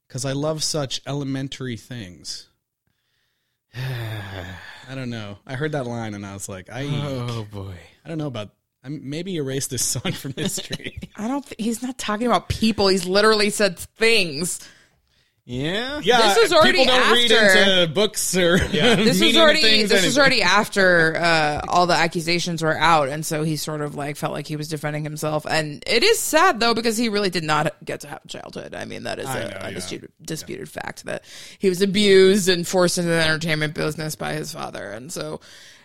S1: because I love such elementary things. I don't know. I heard that line and I was like, I.
S3: Oh, boy.
S1: I don't know about. I maybe erase this song from history.
S2: I don't. Th- he's not talking about people. He's literally said things.
S3: Yeah.
S1: Yeah,
S2: This was already
S1: people don't read
S2: after-
S1: into books or
S2: This was
S1: meaning
S2: already.
S1: things
S2: This was
S1: anyway.
S2: already after uh, all the accusations were out, and so he sort of like felt like he was defending himself. And it is sad though because he really did not get to have a childhood. I mean, that is a
S8: I know, yeah.
S2: undisputed disputed fact that he was abused and forced into the entertainment business by his father, and so.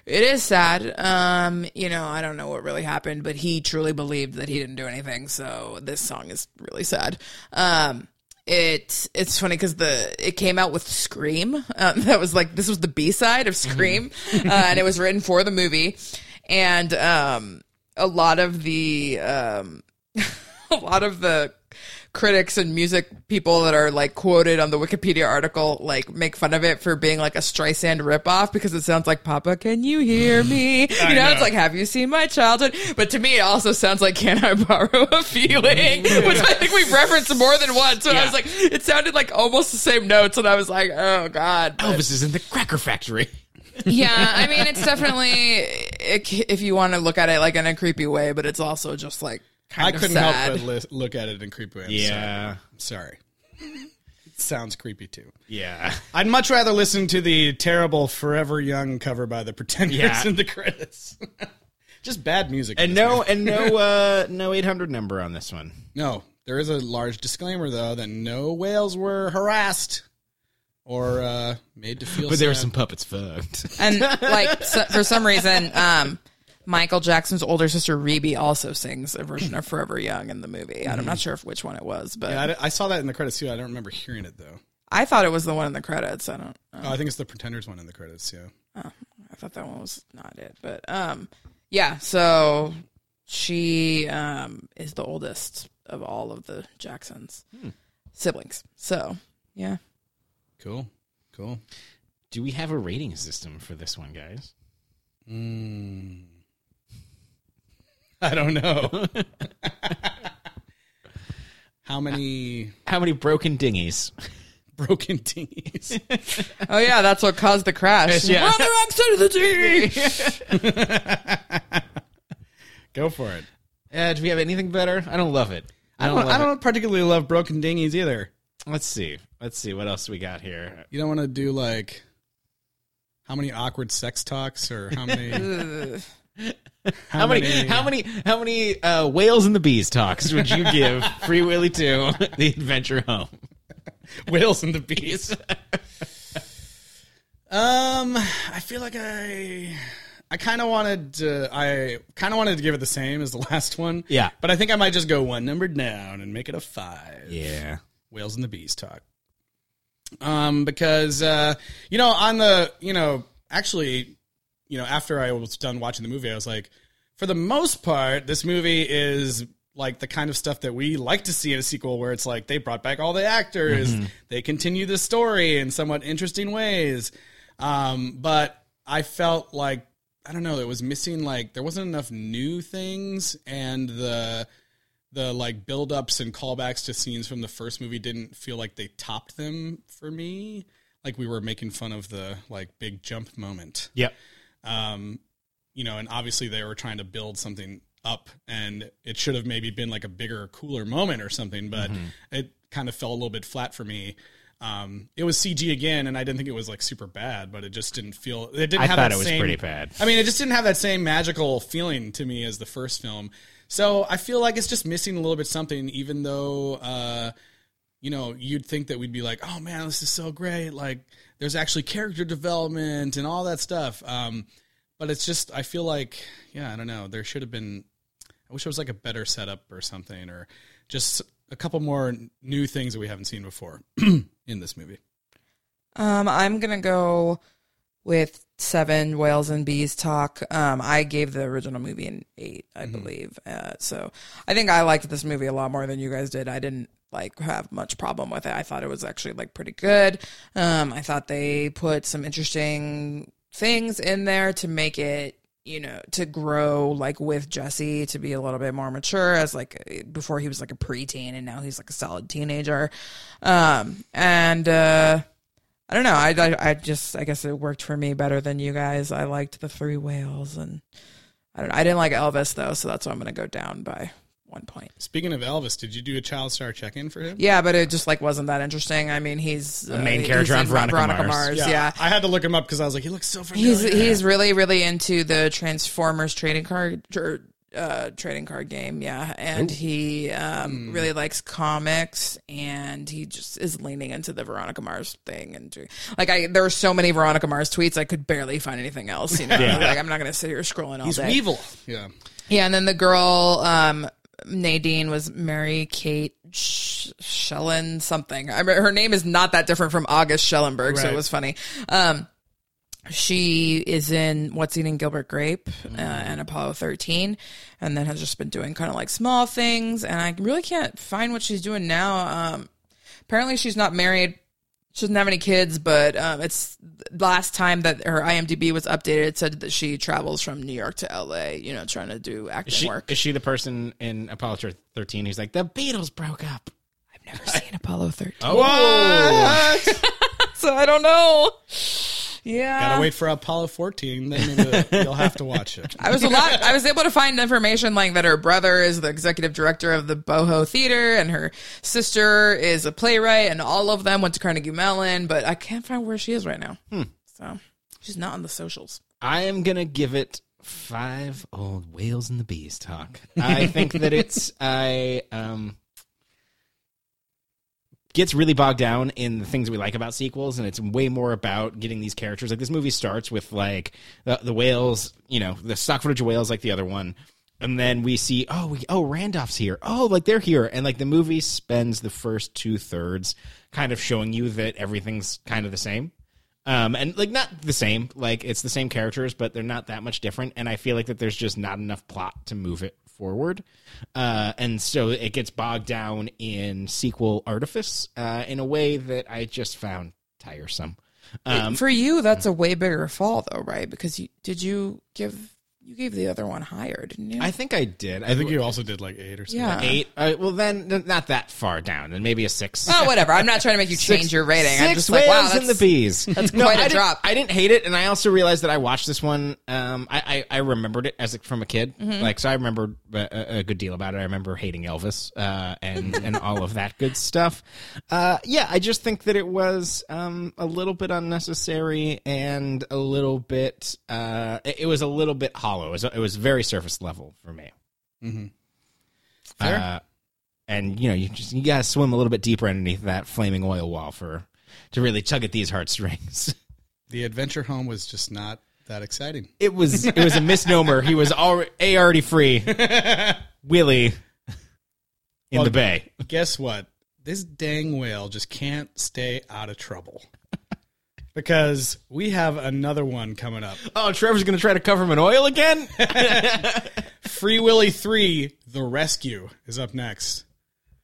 S2: It is sad. Um, you know, I don't know what really happened, but he truly believed that he didn't do anything. So this song is really sad. Um, it it's funny because the it came out with Scream. Uh, that was like this was the B side of Scream, uh, and it was written for the movie. And um, a lot of the um, a lot of the critics and music people that are like quoted on the Wikipedia article like make fun of it for being like a Streisand ripoff because it sounds like Papa, can you hear me? You know,
S8: I know.
S2: it's like Have you seen my childhood? But to me, it also sounds like Can I borrow a feeling? Which I think we've referenced more than once. And I was like, it sounded like almost the same notes, and I was like, oh god. But-
S3: Elvis is in the cracker factory.
S2: yeah, I mean, it's definitely it, c- if you want to look at it like in a creepy way, but it's also just like kind
S1: I
S2: of
S1: couldn't
S2: sad.
S1: help but li- look at it and creep away. I'm
S3: Yeah.
S1: sorry. I'm sorry. it sounds creepy too.
S3: Yeah.
S1: I'd much rather listen to the terrible "Forever Young" cover by the Pretenders
S3: Yeah.
S1: in the credits. Just bad music.
S3: And no, and no, uh, no 800 number on this one.
S1: no. There is a large disclaimer though that no whales were harassed or uh, made to feel.
S3: But there were
S1: sad.
S3: some puppets fucked.
S2: and like so, for some reason, um, Michael Jackson's older sister Rebe also sings a version of "Forever Young" in the movie. and I'm not sure if which one it was, but
S1: Yeah, I d- I, saw that in the credits too. I don't remember hearing it though.
S2: I thought it was the one in the credits. I don't.
S1: Oh, I think it's the Pretenders one in the credits. Yeah.
S2: Oh, I thought that one was not it, but um, yeah. So she um is the oldest of all of the Jacksons
S3: Hmm.
S2: siblings. So yeah,
S1: Cool. Cool.
S3: Do we have a rating system for this one, guys?
S1: Mm. I don't know. How many
S3: How many broken dinghies?
S1: broken dinghies?
S2: oh yeah, that's what caused the crash.
S3: Yes, yeah.
S2: We're on the wrong side of the
S1: Go for it.
S3: Uh, do we have anything better? I don't love it.
S1: I don't. I
S3: love
S1: don't, particularly love broken dinghies either.
S3: it. Let's see. Let's see what else we got here.
S1: You don't want to do like how many awkward sex talks or how many
S2: tree.
S3: How, many, How many? How many uh, whales and the bees talks would you give Free Willy Two: The Adventure Home?
S1: whales and the bees. um, I feel like I, I kind of wanted to, I kind of wanted to give it the same as the last one.
S3: Yeah.
S1: but I think I might just go one number down and make it a five.
S3: Yeah.
S1: Whales and the bees talk. um, because uh, you know on the you know actually you know after I was done watching the movie, I was like, for the most part, this movie is like the kind of stuff that we like to see in a sequel, where it's like they brought back all the actors,
S3: Mhm.
S1: they continue the story in somewhat interesting ways, um, but I felt like I don't know, it was missing like there wasn't enough new things and the the like buildups and callbacks to scenes from the first movie didn't feel like they topped them for me. Like we were making fun of the like big jump moment.
S3: Yep.
S1: Um, you know, and obviously they were trying to build something up, and it should have maybe been like a bigger, cooler moment or something. But
S3: Mhm.
S1: it kind of fell a little bit flat for me. Um, it was CG again, and I didn't think it was like super bad, but it just didn't feel. It didn't
S3: I
S1: have
S3: thought
S1: that
S3: it was
S1: same-
S3: pretty bad.
S1: I mean, it just didn't have that same magical feeling to me as the first film. So I feel like it's just missing a little bit something, even though, uh, you know, you'd think that we'd be like, oh man, this is so great. Like, there's actually character development and all that stuff. Um, but it's just, I feel like, yeah, I don't know. There should have been, I wish it was like a better setup or something, or just a couple more new things that we haven't seen before in this movie.
S2: Um, I'm gonna go with seven whales and bees talk. Um, I gave the original movie an eight, I believe. Uh, so I think I liked this movie a lot more than you guys did. I didn't like have much problem with it. I thought it was actually like pretty good. Um, I thought they put some interesting things in there to make it you know to grow like with Jesse to be a little bit more mature as like before he was like a preteen and now he's like a solid teenager um and uh I don't know. I, I, I just, I guess it worked for me better than you guys. I liked the three whales, and I don't. know. I didn't like Elvis though, so that's why I'm gonna go down by one point.
S1: Speaking of Elvis, did you do a child star check in for him?
S2: Yeah, but it just like wasn't that interesting. I mean, he's uh,
S1: The main
S2: he's
S1: character on
S2: in
S1: Veronica Mars. Yeah.
S2: Yeah,
S1: I had to look him up because I was like, he looks so familiar.
S2: he's he's really really into the Transformers trading card tr- uh, trading card game. Yeah, and
S1: Ooh.
S2: he um,
S1: Hmm.
S2: really likes comics, and he just is leaning into the Veronica Mars thing. And do- like, I there were so many Veronica Mars tweets, I could barely find anything else. You know,
S1: Yeah.
S2: like I'm not gonna sit here scrolling all
S1: He's
S2: day.
S1: evil. Yeah.
S2: Yeah, and then the girl, um, Nadine was Mary Kate Sh- Schellen something. I mean, her name is not that different from August Schellenberg, so
S15: Right.
S2: it was funny. Um, she is in What's Eating Gilbert Grape
S3: Mm-hmm.
S2: uh, and Apollo 13, and then has just been doing kind of like small things. And I really can't find what she's doing now. Um, apparently, she's not married. She doesn't have any kids, but um, it's the last time that her IMDb was updated. It said that she travels from New York to LA, you know, trying to do acting
S3: Is she,
S2: work.
S3: is she the person in Apollo 13 who's like, the Beatles broke up?
S2: I've never seen Apollo 13.
S3: Oh.
S2: so I don't know. Yeah.
S1: Gotta wait for Apollo 14, then you'll- you'll have to watch it.
S2: I was a lot. I was able to find information like that. Her brother is the executive director of the Boho Theater, and her sister is a playwright, and all of them went to Carnegie Mellon. But I can't find where she is right now.
S3: Hmm.
S2: So she's not on the socials.
S3: I am going to give it five old whales and the bees talk. I think that it's, I, um, gets really bogged down in the things we like about sequels and it's way more about getting these characters like this movie starts with like the, the whales you know the stock footage of whales like the other one and then we see oh we, oh randolph's here oh like they're here and like the movie spends the first two thirds kind of showing you that everything's kind of the same um and like not the same like it's the same characters but they're not that much different and i feel like that there's just not enough plot to move it forward uh, and so it gets bogged down in sequel artifice uh, in a way that i just found tiresome um,
S2: For you, that's a way bigger fall, though, right? Because you did you give you gave the other one higher, didn't you?
S3: i think i did
S1: I think you also did like eight or something.
S2: Yeah.
S3: eight uh, well then n- not that far down and maybe a six
S2: Oh, whatever. I'm not trying to make you change your rating.
S3: Six
S2: I'm just
S3: whales
S2: like, wow, that's,
S3: and the bees.
S2: That's quite a
S3: I
S2: drop.
S3: Didn't, I didn't hate it, and I also realized that I watched this one. Um, I, I I remembered it as a, from a kid,
S2: Mhm.
S3: like so. I remembered a, a good deal about it. I remember hating Elvis, uh, and and all of that good stuff. Uh, yeah, I just think that it was um a little bit unnecessary and a little bit uh, it, it was a little bit hollow. It was, it was very surface level for me.
S1: Mhm. Fair.
S3: Uh, and you know, you just you gotta swim a little bit deeper underneath that flaming oil wall for to really tug at these heartstrings.
S1: The Adventure Home was just not that exciting.
S3: It was it was a misnomer. He was already a already free Willie in
S1: Well,
S3: the bay.
S1: Guess what? this dang whale just can't stay out of trouble. Because we have another one coming up.
S3: Oh, Trevor's going to try to cover him in oil again?
S1: Free Willy 3, The Rescue, is up next.
S3: Who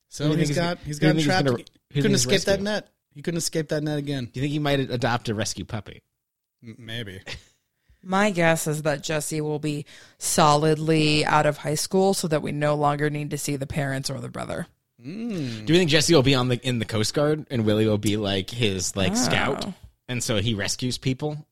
S1: So
S3: do you
S1: he's
S3: think
S1: got,
S3: he's-
S1: he's
S3: who do you
S1: got trapped.
S3: think he's gonna-
S1: He
S3: who do you
S1: couldn't
S3: think he's
S1: escape that
S3: rescuing?
S1: net. He couldn't escape that net again.
S3: Do you think he might adopt a rescue puppy?
S1: M- Maybe.
S2: My guess is that Jesse will be solidly out of high school so that we no longer need to see the parents or the brother.
S3: Do we think Jesse will be on the in the Coast Guard and Willie will be like his like
S1: Ah.
S2: Oh.
S3: scout, and so he rescues people?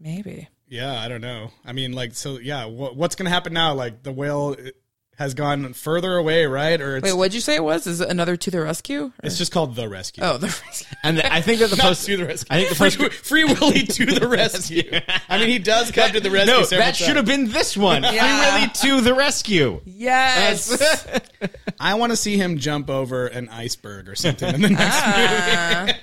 S2: Maybe.
S1: Yeah, I don't know. I mean, like, so yeah, wha what's going to happen now? Like, the whale uh, has gone further away, right? Or it's,
S2: Wait, what'd you say it was? Is it another to the rescue? Or-
S1: It's just called the rescue.
S2: Oh, the rescue.
S3: And the- I think that the
S1: Not
S3: post
S1: to the rescue.
S3: I think the
S1: Free-
S3: post
S1: Free, Willy to the rescue. I mean, he does come to the rescue.
S3: No,
S1: several
S3: that should
S1: times.
S3: have been this one.
S1: Yeah.
S3: Free Willie to the rescue.
S2: Yes.
S1: I want to see him jump over an iceberg or something in the next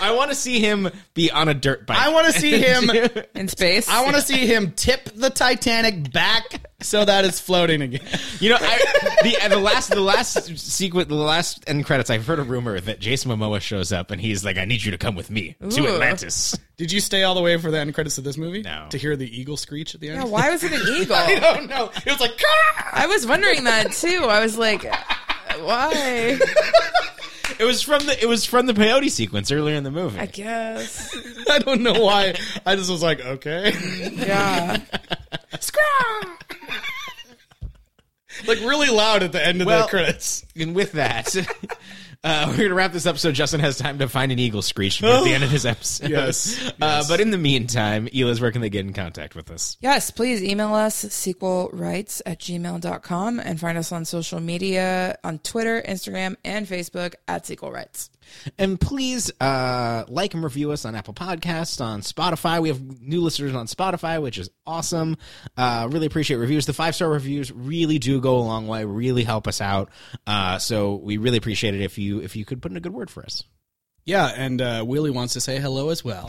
S3: I want to see him be on a dirt bike.
S1: I want to see him
S2: in space.
S1: I want to see him tip the Titanic back so that it's floating again.
S3: You know, I, the uh, the last the last sequence, the last end credits. I've heard a rumor that Jason Momoa shows up and he's like, "I need you to come with me to
S1: Ooh.
S3: Atlantis."
S1: Did you stay all the way for the end credits of this movie?
S3: No.
S1: To hear the eagle screech at the end?
S2: Yeah, why was it an eagle?
S1: I
S3: Oh,
S1: don't know. It was like,
S2: I was wondering that too. I was like, why?
S3: It was from the it was from the peyote sequence earlier in the movie.
S2: I guess.
S1: I don't know why. I just was like, okay.
S2: Yeah.
S1: like really loud at the end of
S3: Well,
S1: the credits.
S3: And with that, uh, we're going to wrap this up so Justin has time to find an eagle screech at the end of his episode.
S1: Yes,
S3: Uh,
S1: yes.
S3: but in the meantime, Ela's where can they get in contact with us?
S2: Yes, please email us sequelrights at gmail.com and find us on social media on Twitter, Instagram, and Facebook at sequelrights.
S3: And please uh, like and review us on Apple Podcasts, on Spotify. We have new listeners on Spotify, which is awesome. Uh, really appreciate reviews. The five star reviews really do go a long way. Really help us out. Uh, so we really appreciate it if you if you could put in a good word for us.
S1: Yeah, and uh, Willie wants to say hello as well.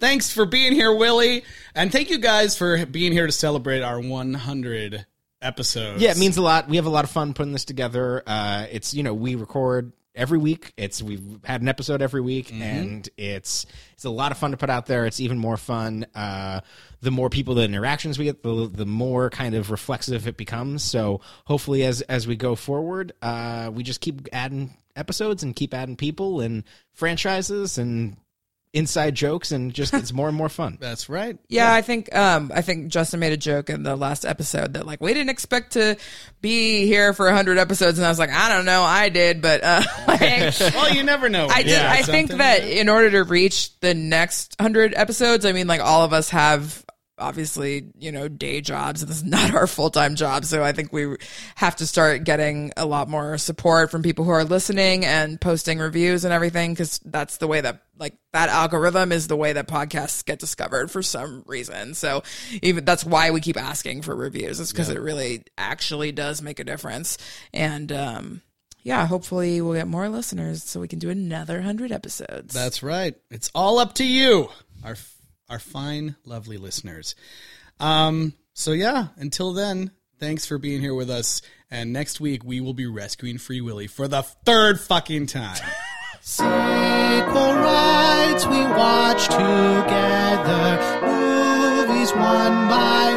S1: Thanks for being here, Willie. And thank you guys for being here to celebrate our 100 episodes.
S3: Yeah, it means a lot. We have a lot of fun putting this together. Uh, it's you know we record every week. It's we've had an episode every week, and it's it's a lot of fun to put out there. It's even more fun uh, the more people, the interactions we get, the the more kind of reflexive it becomes. So hopefully, as as we go forward, uh, we just keep adding episodes and keep adding people and franchises and inside jokes, and just it's more and more fun.
S1: That's right.
S2: Yeah, I think um I think Justin made a joke in the last episode that like we didn't expect to be here for 100 episodes and I was like, I don't know, I did, but uh like,
S1: well, you never know.
S2: I did.
S1: Yeah.
S2: I think
S1: Something,
S2: that
S1: yeah.
S2: in order to reach the next hundred episodes, I mean, like all of us have obviously you know day jobs and this is not our full-time job so i think we have to start getting a lot more support from people who are listening and posting reviews and everything because that's the way that like that algorithm is the way that podcasts get discovered for some reason so even that's why we keep asking for reviews it's because it really actually does make a difference and um yeah, hopefully we'll get more listeners so we can do another 100 episodes.
S1: That's right. It's all up to you, our our fine, lovely listeners. Um, so yeah, until then, thanks for being here with us. And next week we will be rescuing Free Willy for the third fucking time.
S13: Sequel rides we watch together, movies one by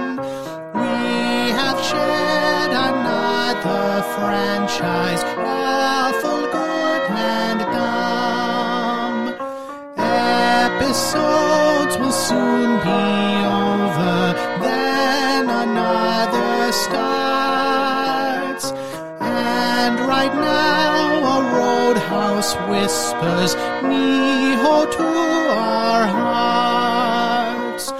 S13: one. We have shared another franchise, awful good and dumb. Episodes will soon be over, then another starts. And right now, a roadhouse whispers Miho to our hearts.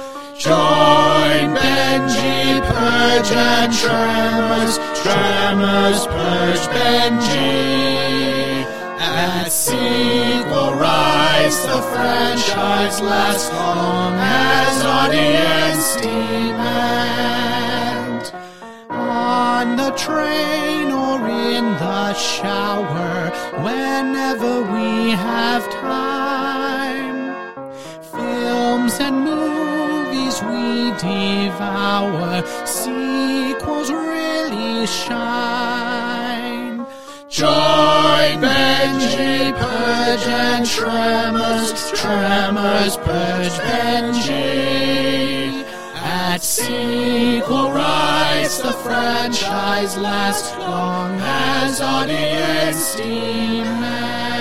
S13: Join Benji, Purge, and Tremors, Tremors, Purge, Benji. At sequel rise, the franchise lasts long as audience demand. On the train or in the shower, whenever we have time. Films and movies we devour, sequel
S16: apples really shine.
S1: Joy, Benji, Purge, and Tremors, Tremors, Purge, Benji. At sequel rights, the franchise lasts long as audience demands.